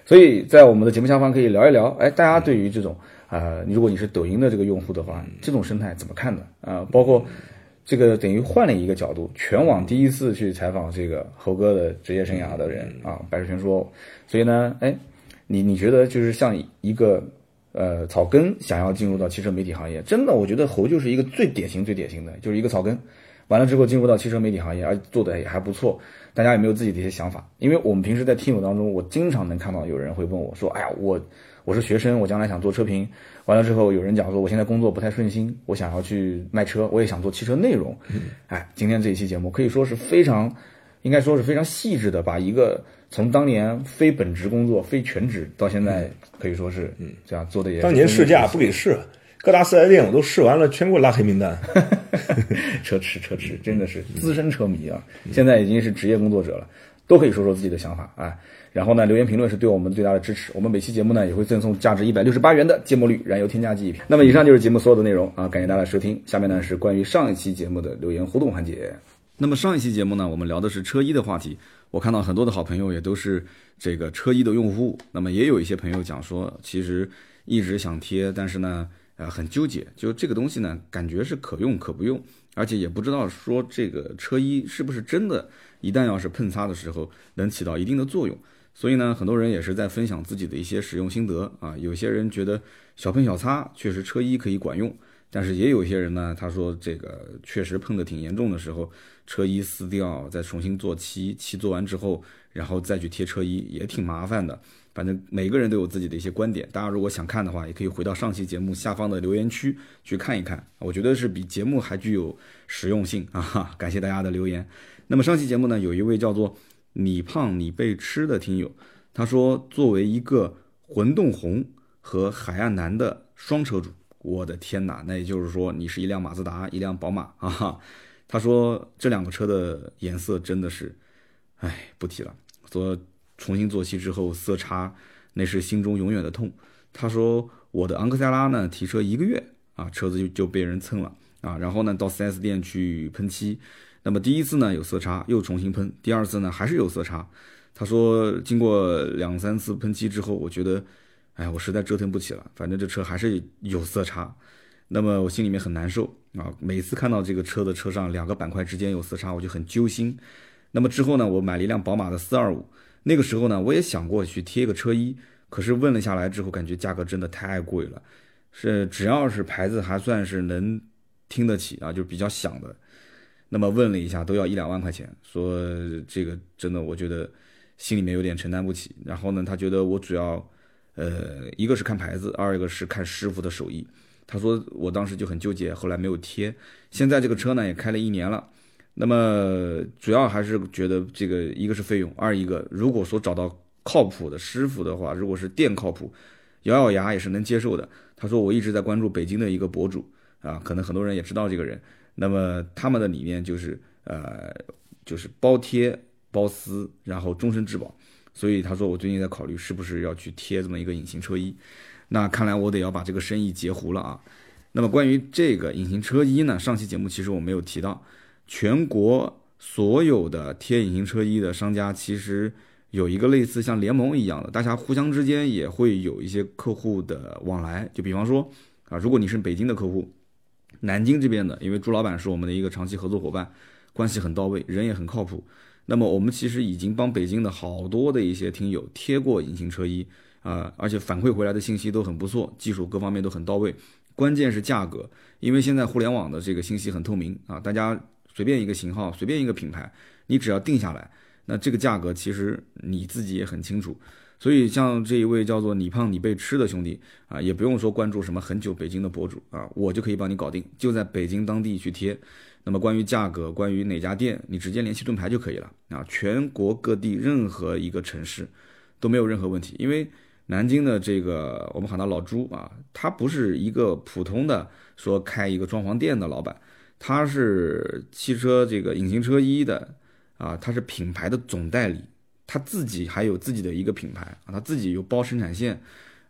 Speaker 1: 所以在我们的节目下方可以聊一聊。哎，大家对于这种啊、呃如果你是抖音的这个用户的话，这种生态怎么看的啊、包括这个等于换了一个角度，全网第一次去采访这个猴哥的职业生涯的人啊，白水全说。所以呢，哎，你你觉得就是像一个呃草根想要进入到汽车媒体行业，真的，我觉得猴就是一个最典型、最典型的，就是一个草根。完了之后进入到汽车媒体行业，而做的也还不错。大家有没有自己的一些想法？因为我们平时在听友当中，我经常能看到有人会问我说：“哎呀，我我是学生，我将来想做车评。”完了之后，有人讲说：“我现在工作不太顺心，我想要去卖车，我也想做汽车内容。”
Speaker 2: 嗯
Speaker 1: 哎，今天这一期节目可以说是非常，应该说是非常细致的，把一个从当年非本职工作、非全职到现在，可以说是这样做的也。
Speaker 2: 嗯当年试驾不给试，各大四 S 店我都试完了，全给我拉黑名单。
Speaker 1: 车痴车痴，真的是资深车迷啊！现在已经是职业工作者了，都可以说说自己的想法啊。然后呢，留言评论是对我们最大的支持。我们每期节目呢也会赠送价值一百六十八元的芥末绿燃油添加剂一瓶。那么以上就是节目所有的内容啊，感谢大家的收听。下面呢是关于上一期节目的留言互动环节。那么上一期节目呢，我们聊的是车衣的话题。我看到很多的好朋友也都是这个车衣的用户，那么也有一些朋友讲说，其实一直想贴，但是呢，呃，很纠结，就这个东西呢，感觉是可用可不用，而且也不知道说这个车衣是不是真的，一旦要是碰擦的时候能起到一定的作用。所以呢，很多人也是在分享自己的一些使用心得啊。有些人觉得小碰小擦确实车衣可以管用，但是也有一些人呢，他说这个确实碰得挺严重的时候，车衣撕掉，再重新做漆，漆做完之后，然后再去贴车衣，也挺麻烦的。反正每个人都有自己的一些观点，大家如果想看的话，也可以回到上期节目下方的留言区去看一看，我觉得是比节目还具有实用性啊！哈，感谢大家的留言。那么上期节目呢，有一位叫做“你胖你被吃”的听友，他说作为一个混动红和海岸蓝的双车主，我的天哪，那也就是说你是一辆马自达，一辆宝马啊！哈，他说这两个车的颜色真的是，哎，不提了。说重新做漆之后色差，那是心中永远的痛。他说我的昂克赛拉呢提车一个月啊，车子就就被人蹭了啊，然后呢到 4S 店去喷漆，那么第一次呢有色差，又重新喷，第二次呢还是有色差。他说经过两三次喷漆之后，我觉得，哎，我实在折腾不起了，反正这车还是有色差。那么我心里面很难受啊。每次看到这个车的车上两个板块之间有色差，我就很揪心。那么之后呢，我买了一辆宝马的四二五，那个时候呢，我也想过去贴个车衣，可是问了下来之后，感觉价格真的太贵了。是只要是牌子还算是能听得起啊，就比较响的，那么问了一下都要一两万块钱，说这个真的我觉得心里面有点承担不起。然后呢，他觉得我主要呃一个是看牌子，二一个是看师傅的手艺。他说我当时就很纠结，后来没有贴。现在这个车呢也开了一年了，那么主要还是觉得这个一个是费用，二一个如果说找到靠谱的师傅的话，如果是店靠谱，咬咬牙也是能接受的。他说我一直在关注北京的一个博主啊，可能很多人也知道这个人。那么他们的理念就是呃就是包贴包撕，然后终身质保。所以他说我最近在考虑是不是要去贴这么一个隐形车衣。那看来我得要把这个生意截胡了啊。那么关于这个隐形车衣呢，上期节目其实我没有提到，全国所有的贴隐形车衣的商家其实有一个类似像联盟一样的，大家互相之间也会有一些客户的往来。就比方说啊，如果你是北京的客户，南京这边的，因为朱老板是我们的一个长期合作伙伴，关系很到位，人也很靠谱。那么我们其实已经帮北京的好多的一些听友贴过隐形车衣。啊、呃，而且反馈回来的信息都很不错，技术各方面都很到位，关键是价格，因为现在互联网的这个信息很透明啊，大家随便一个型号，随便一个品牌，你只要定下来，那这个价格其实你自己也很清楚。所以像这一位叫做“你胖你被吃”的兄弟啊，也不用说关注什么很久北京的博主啊，我就可以帮你搞定，就在北京当地去贴。那么关于价格，关于哪家店，你直接联系盾牌就可以了啊。全国各地任何一个城市都没有任何问题，因为。南京的这个，我们喊他老朱啊，他不是一个普通的说开一个装潢店的老板，他是汽车这个隐形车衣的啊，他是品牌的总代理，他自己还有自己的一个品牌啊，他自己有包生产线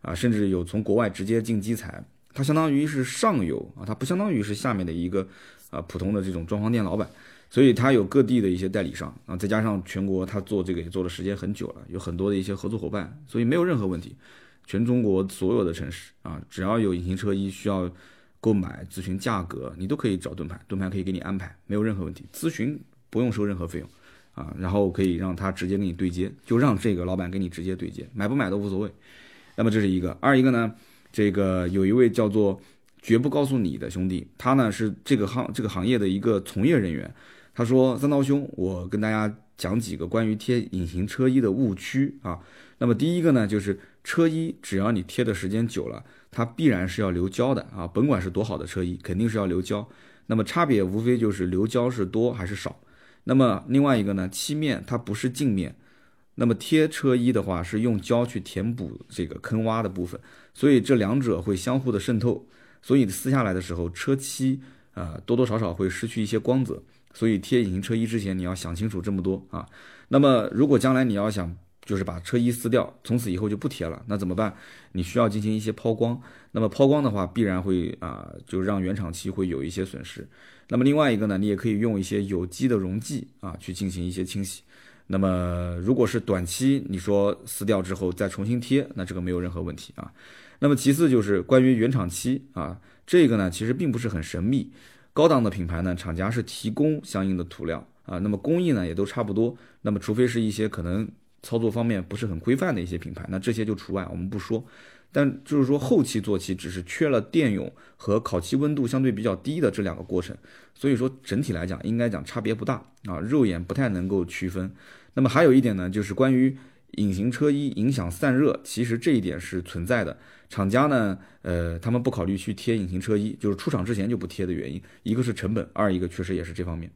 Speaker 1: 啊，甚至有从国外直接进基材，他相当于是上游啊，他不相当于是下面的一个啊普通的这种装潢店老板，所以他有各地的一些代理商啊，再加上全国他做这个也做的时间很久了，有很多的一些合作伙伴，所以没有任何问题。全中国所有的城市啊，只要有隐形车衣需要购买、咨询价格，你都可以找盾牌，盾牌可以给你安排，没有任何问题。咨询不用收任何费用啊，然后可以让他直接给你对接，就让这个老板给你直接对接，买不买都无所谓。那么这是一个，二一个呢，这个有一位叫做绝不告诉你的兄弟，他呢是这个行这个行业的一个从业人员。他说：“三刀兄，我跟大家讲几个关于贴隐形车衣的误区啊。那么第一个呢，就是车衣，只要你贴的时间久了，它必然是要留胶的啊，甭管是多好的车衣，肯定是要留胶。那么差别无非就是留胶是多还是少。那么另外一个呢，漆面它不是镜面，那么贴车衣的话是用胶去填补这个坑洼的部分，所以这两者会相互的渗透，所以撕下来的时候，车漆啊、呃、多多少少会失去一些光泽。”所以贴隐形车衣之前，你要想清楚这么多啊。那么，如果将来你要想就是把车衣撕掉，从此以后就不贴了，那怎么办？你需要进行一些抛光。那么抛光的话，必然会啊、呃，就让原厂漆会有一些损失。那么另外一个呢，你也可以用一些有机的溶剂啊，去进行一些清洗。那么如果是短期，你说撕掉之后再重新贴，那这个没有任何问题啊。那么其次就是关于原厂漆啊，这个呢其实并不是很神秘。高档的品牌呢，厂家是提供相应的涂料啊，那么工艺呢也都差不多。那么除非是一些可能操作方面不是很规范的一些品牌，那这些就除外，我们不说。但就是说后期做漆只是缺了电泳和烤漆温度相对比较低的这两个过程，所以说整体来讲应该讲差别不大啊，肉眼不太能够区分。那么还有一点呢，就是关于隐形车衣影响散热，其实这一点是存在的。厂家呢，呃，他们不考虑去贴隐形车衣，就是出厂之前就不贴的原因，一个是成本，二一个确实也是这方面。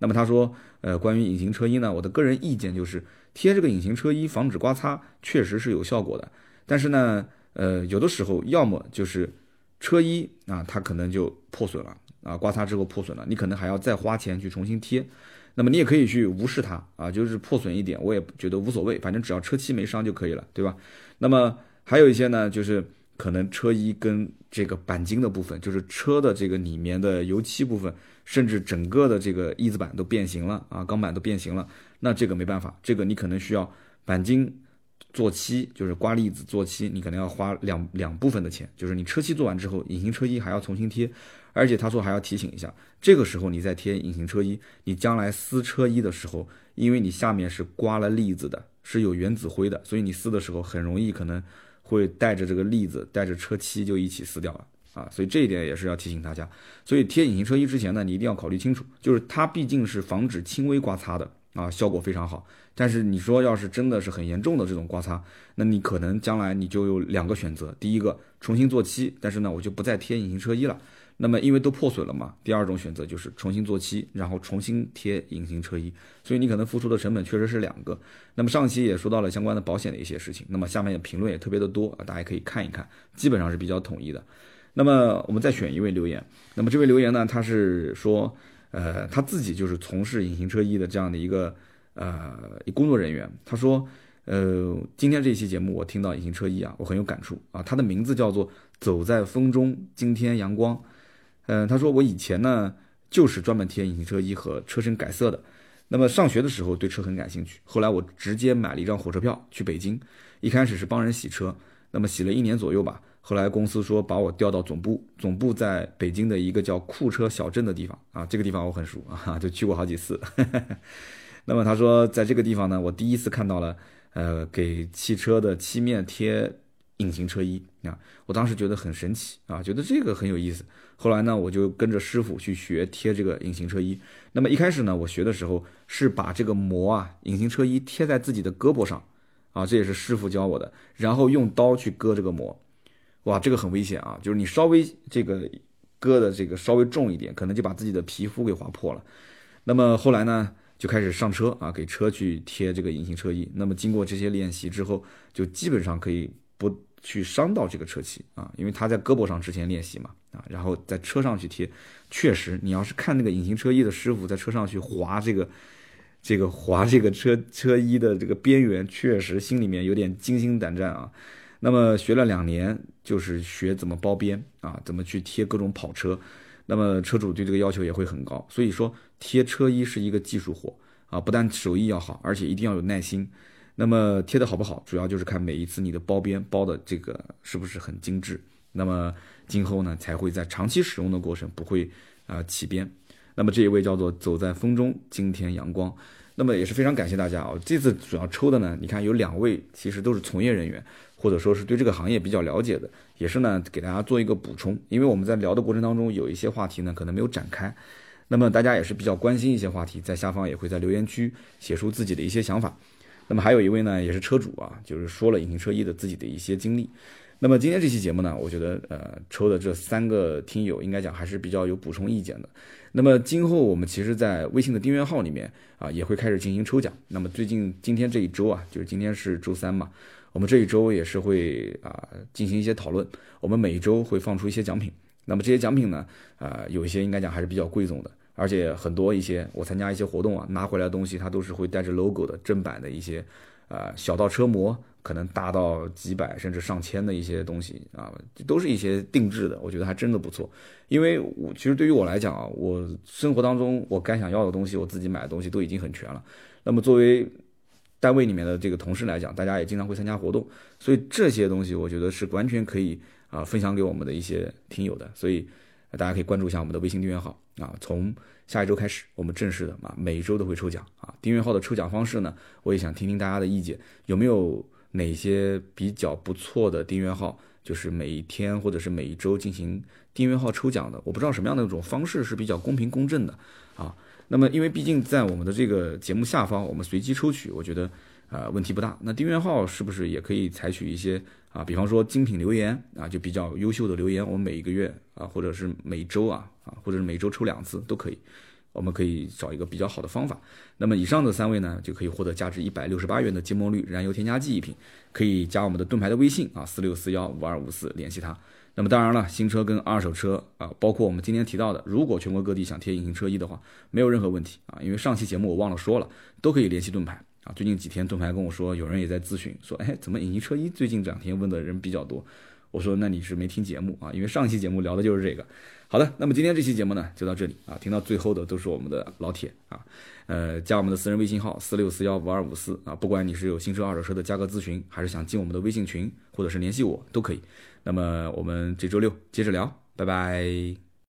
Speaker 1: 那么他说，呃，关于隐形车衣呢，我的个人意见就是贴这个隐形车衣防止刮擦，确实是有效果的。但是呢，呃，有的时候要么就是车衣啊，它可能就破损了啊，刮擦之后破损了，你可能还要再花钱去重新贴。那么你也可以去无视它啊，就是破损一点，我也觉得无所谓，反正只要车漆没伤就可以了，对吧？那么。还有一些呢，就是可能车衣跟这个钣金的部分，就是车的这个里面的油漆部分，甚至整个的这个翼子板都变形了啊，钢板都变形了。那这个没办法，这个你可能需要钣金做漆，就是刮粒子做漆，你可能要花两两部分的钱，就是你车漆做完之后，隐形车衣还要重新贴，而且他说还要提醒一下，这个时候你再贴隐形车衣，你将来撕车衣的时候，因为你下面是刮了粒子的，是有原子灰的，所以你撕的时候很容易可能会带着这个粒子，带着车漆就一起撕掉了。啊，所以这一点也是要提醒大家。所以贴隐形车衣之前呢，你一定要考虑清楚，就是它毕竟是防止轻微刮擦的啊，效果非常好。但是你说要是真的是很严重的这种刮擦，那你可能将来你就有两个选择：第一个重新做漆，但是呢我就不再贴隐形车衣了，那么因为都破损了嘛。第二种选择就是重新做漆，然后重新贴隐形车衣，所以你可能付出的成本确实是两个。那么上期也说到了相关的保险的一些事情，那么下面评论也特别的多啊，大家可以看一看，基本上是比较统一的。那么我们再选一位留言。那么这位留言呢，他是说，呃，他自己就是从事隐形车衣的这样的一个呃工作人员。他说，呃，今天这一期节目我听到隐形车衣啊，我很有感触啊。他的名字叫做走在风中，今天阳光。嗯、呃，他说我以前呢就是专门贴隐形车衣和车身改色的。那么上学的时候对车很感兴趣，后来我直接买了一张火车票去北京，一开始是帮人洗车，那么洗了一年左右吧。后来公司说把我调到总部，总部在北京的一个叫库车小镇的地方啊，这个地方我很熟啊，就去过好几次。 那么他说，在这个地方呢，我第一次看到了，呃，给汽车的漆面贴隐形车衣啊，我当时觉得很神奇啊，觉得这个很有意思。后来呢，我就跟着师傅去学贴这个隐形车衣。那么一开始呢，我学的时候是把这个膜啊，隐形车衣贴在自己的胳膊上啊，这也是师傅教我的，然后用刀去割这个膜。哇，这个很危险啊！就是你稍微这个割的这个稍微重一点，可能就把自己的皮肤给划破了。那么后来呢，就开始上车啊，给车去贴这个隐形车衣。那么经过这些练习之后，就基本上可以不去伤到这个车漆啊，因为他在胳膊上之前练习嘛啊，然后在车上去贴，确实，你要是看那个隐形车衣的师傅在车上去划这个。这个划这个车车衣的这个边缘，确实心里面有点惊心胆战啊。那么学了两年，就是学怎么包边啊，怎么去贴各种跑车。那么车主对这个要求也会很高，所以说贴车衣是一个技术活啊，不但手艺要好，而且一定要有耐心。那么贴的好不好，主要就是看每一次你的包边包的这个是不是很精致。那么今后呢，才会在长期使用的过程不会啊、呃、起边。那么这一位叫做走在风中，今天阳光。那么也是非常感谢大家啊、哦！这次主要抽的呢，你看有两位其实都是从业人员，或者说是对这个行业比较了解的，也是呢给大家做一个补充。因为我们在聊的过程当中，有一些话题呢可能没有展开，那么大家也是比较关心一些话题，在下方也会在留言区写出自己的一些想法。那么还有一位呢也是车主啊，就是说了隐形车衣的自己的一些经历。那么今天这期节目呢，我觉得呃抽的这三个听友应该讲还是比较有补充意见的。那么今后我们其实，在微信的订阅号里面啊，也会开始进行抽奖。那么最近今天这一周啊，就是今天是周三嘛，我们这一周也是会啊进行一些讨论。我们每一周会放出一些奖品。那么这些奖品呢，啊、呃、有一些应该讲还是比较贵重的，而且很多一些我参加一些活动啊，拿回来的东西它都是会带着 logo 的正版的一些，呃小到车模。可能大到几百甚至上千的一些东西啊，都是一些定制的，我觉得还真的不错。因为我其实对于我来讲啊，我生活当中我该想要的东西，我自己买的东西都已经很全了。那么作为单位里面的这个同事来讲，大家也经常会参加活动，所以这些东西我觉得是完全可以啊分享给我们的一些听友的。所以大家可以关注一下我们的微信订阅号啊，从下一周开始，我们正式的啊每周都会抽奖啊。订阅号的抽奖方式呢，我也想听听大家的意见，有没有？哪些比较不错的订阅号，就是每一天或者是每一周进行订阅号抽奖的，我不知道什么样的一种方式是比较公平公正的啊。那么，因为毕竟在我们的这个节目下方，我们随机抽取，我觉得啊、呃、问题不大。那订阅号是不是也可以采取一些啊，比方说精品留言啊，就比较优秀的留言，我们每一个月啊，或者是每周啊啊，或者是每周抽两次都可以。我们可以找一个比较好的方法。那么以上的三位呢，就可以获得价值一百六十八元的金墨绿燃油添加剂一瓶，可以加我们的盾牌的微信啊，四六四幺五二五四联系他。那么当然了，新车跟二手车啊，包括我们今天提到的，如果全国各地想贴隐形车衣的话，没有任何问题啊，因为上期节目我忘了说了，都可以联系盾牌啊。最近几天盾牌跟我说，有人也在咨询说，哎，怎么隐形车衣最近这两天问的人比较多？我说那你是没听节目啊，因为上期节目聊的就是这个。好的，那么今天这期节目呢就到这里啊，听到最后的都是我们的老铁啊，呃，加我们的私人微信号四六四幺五二五四啊，不管你是有新车二手车的价格咨询，还是想进我们的微信群，或者是联系我都可以。那么我们这周六接着聊，拜拜。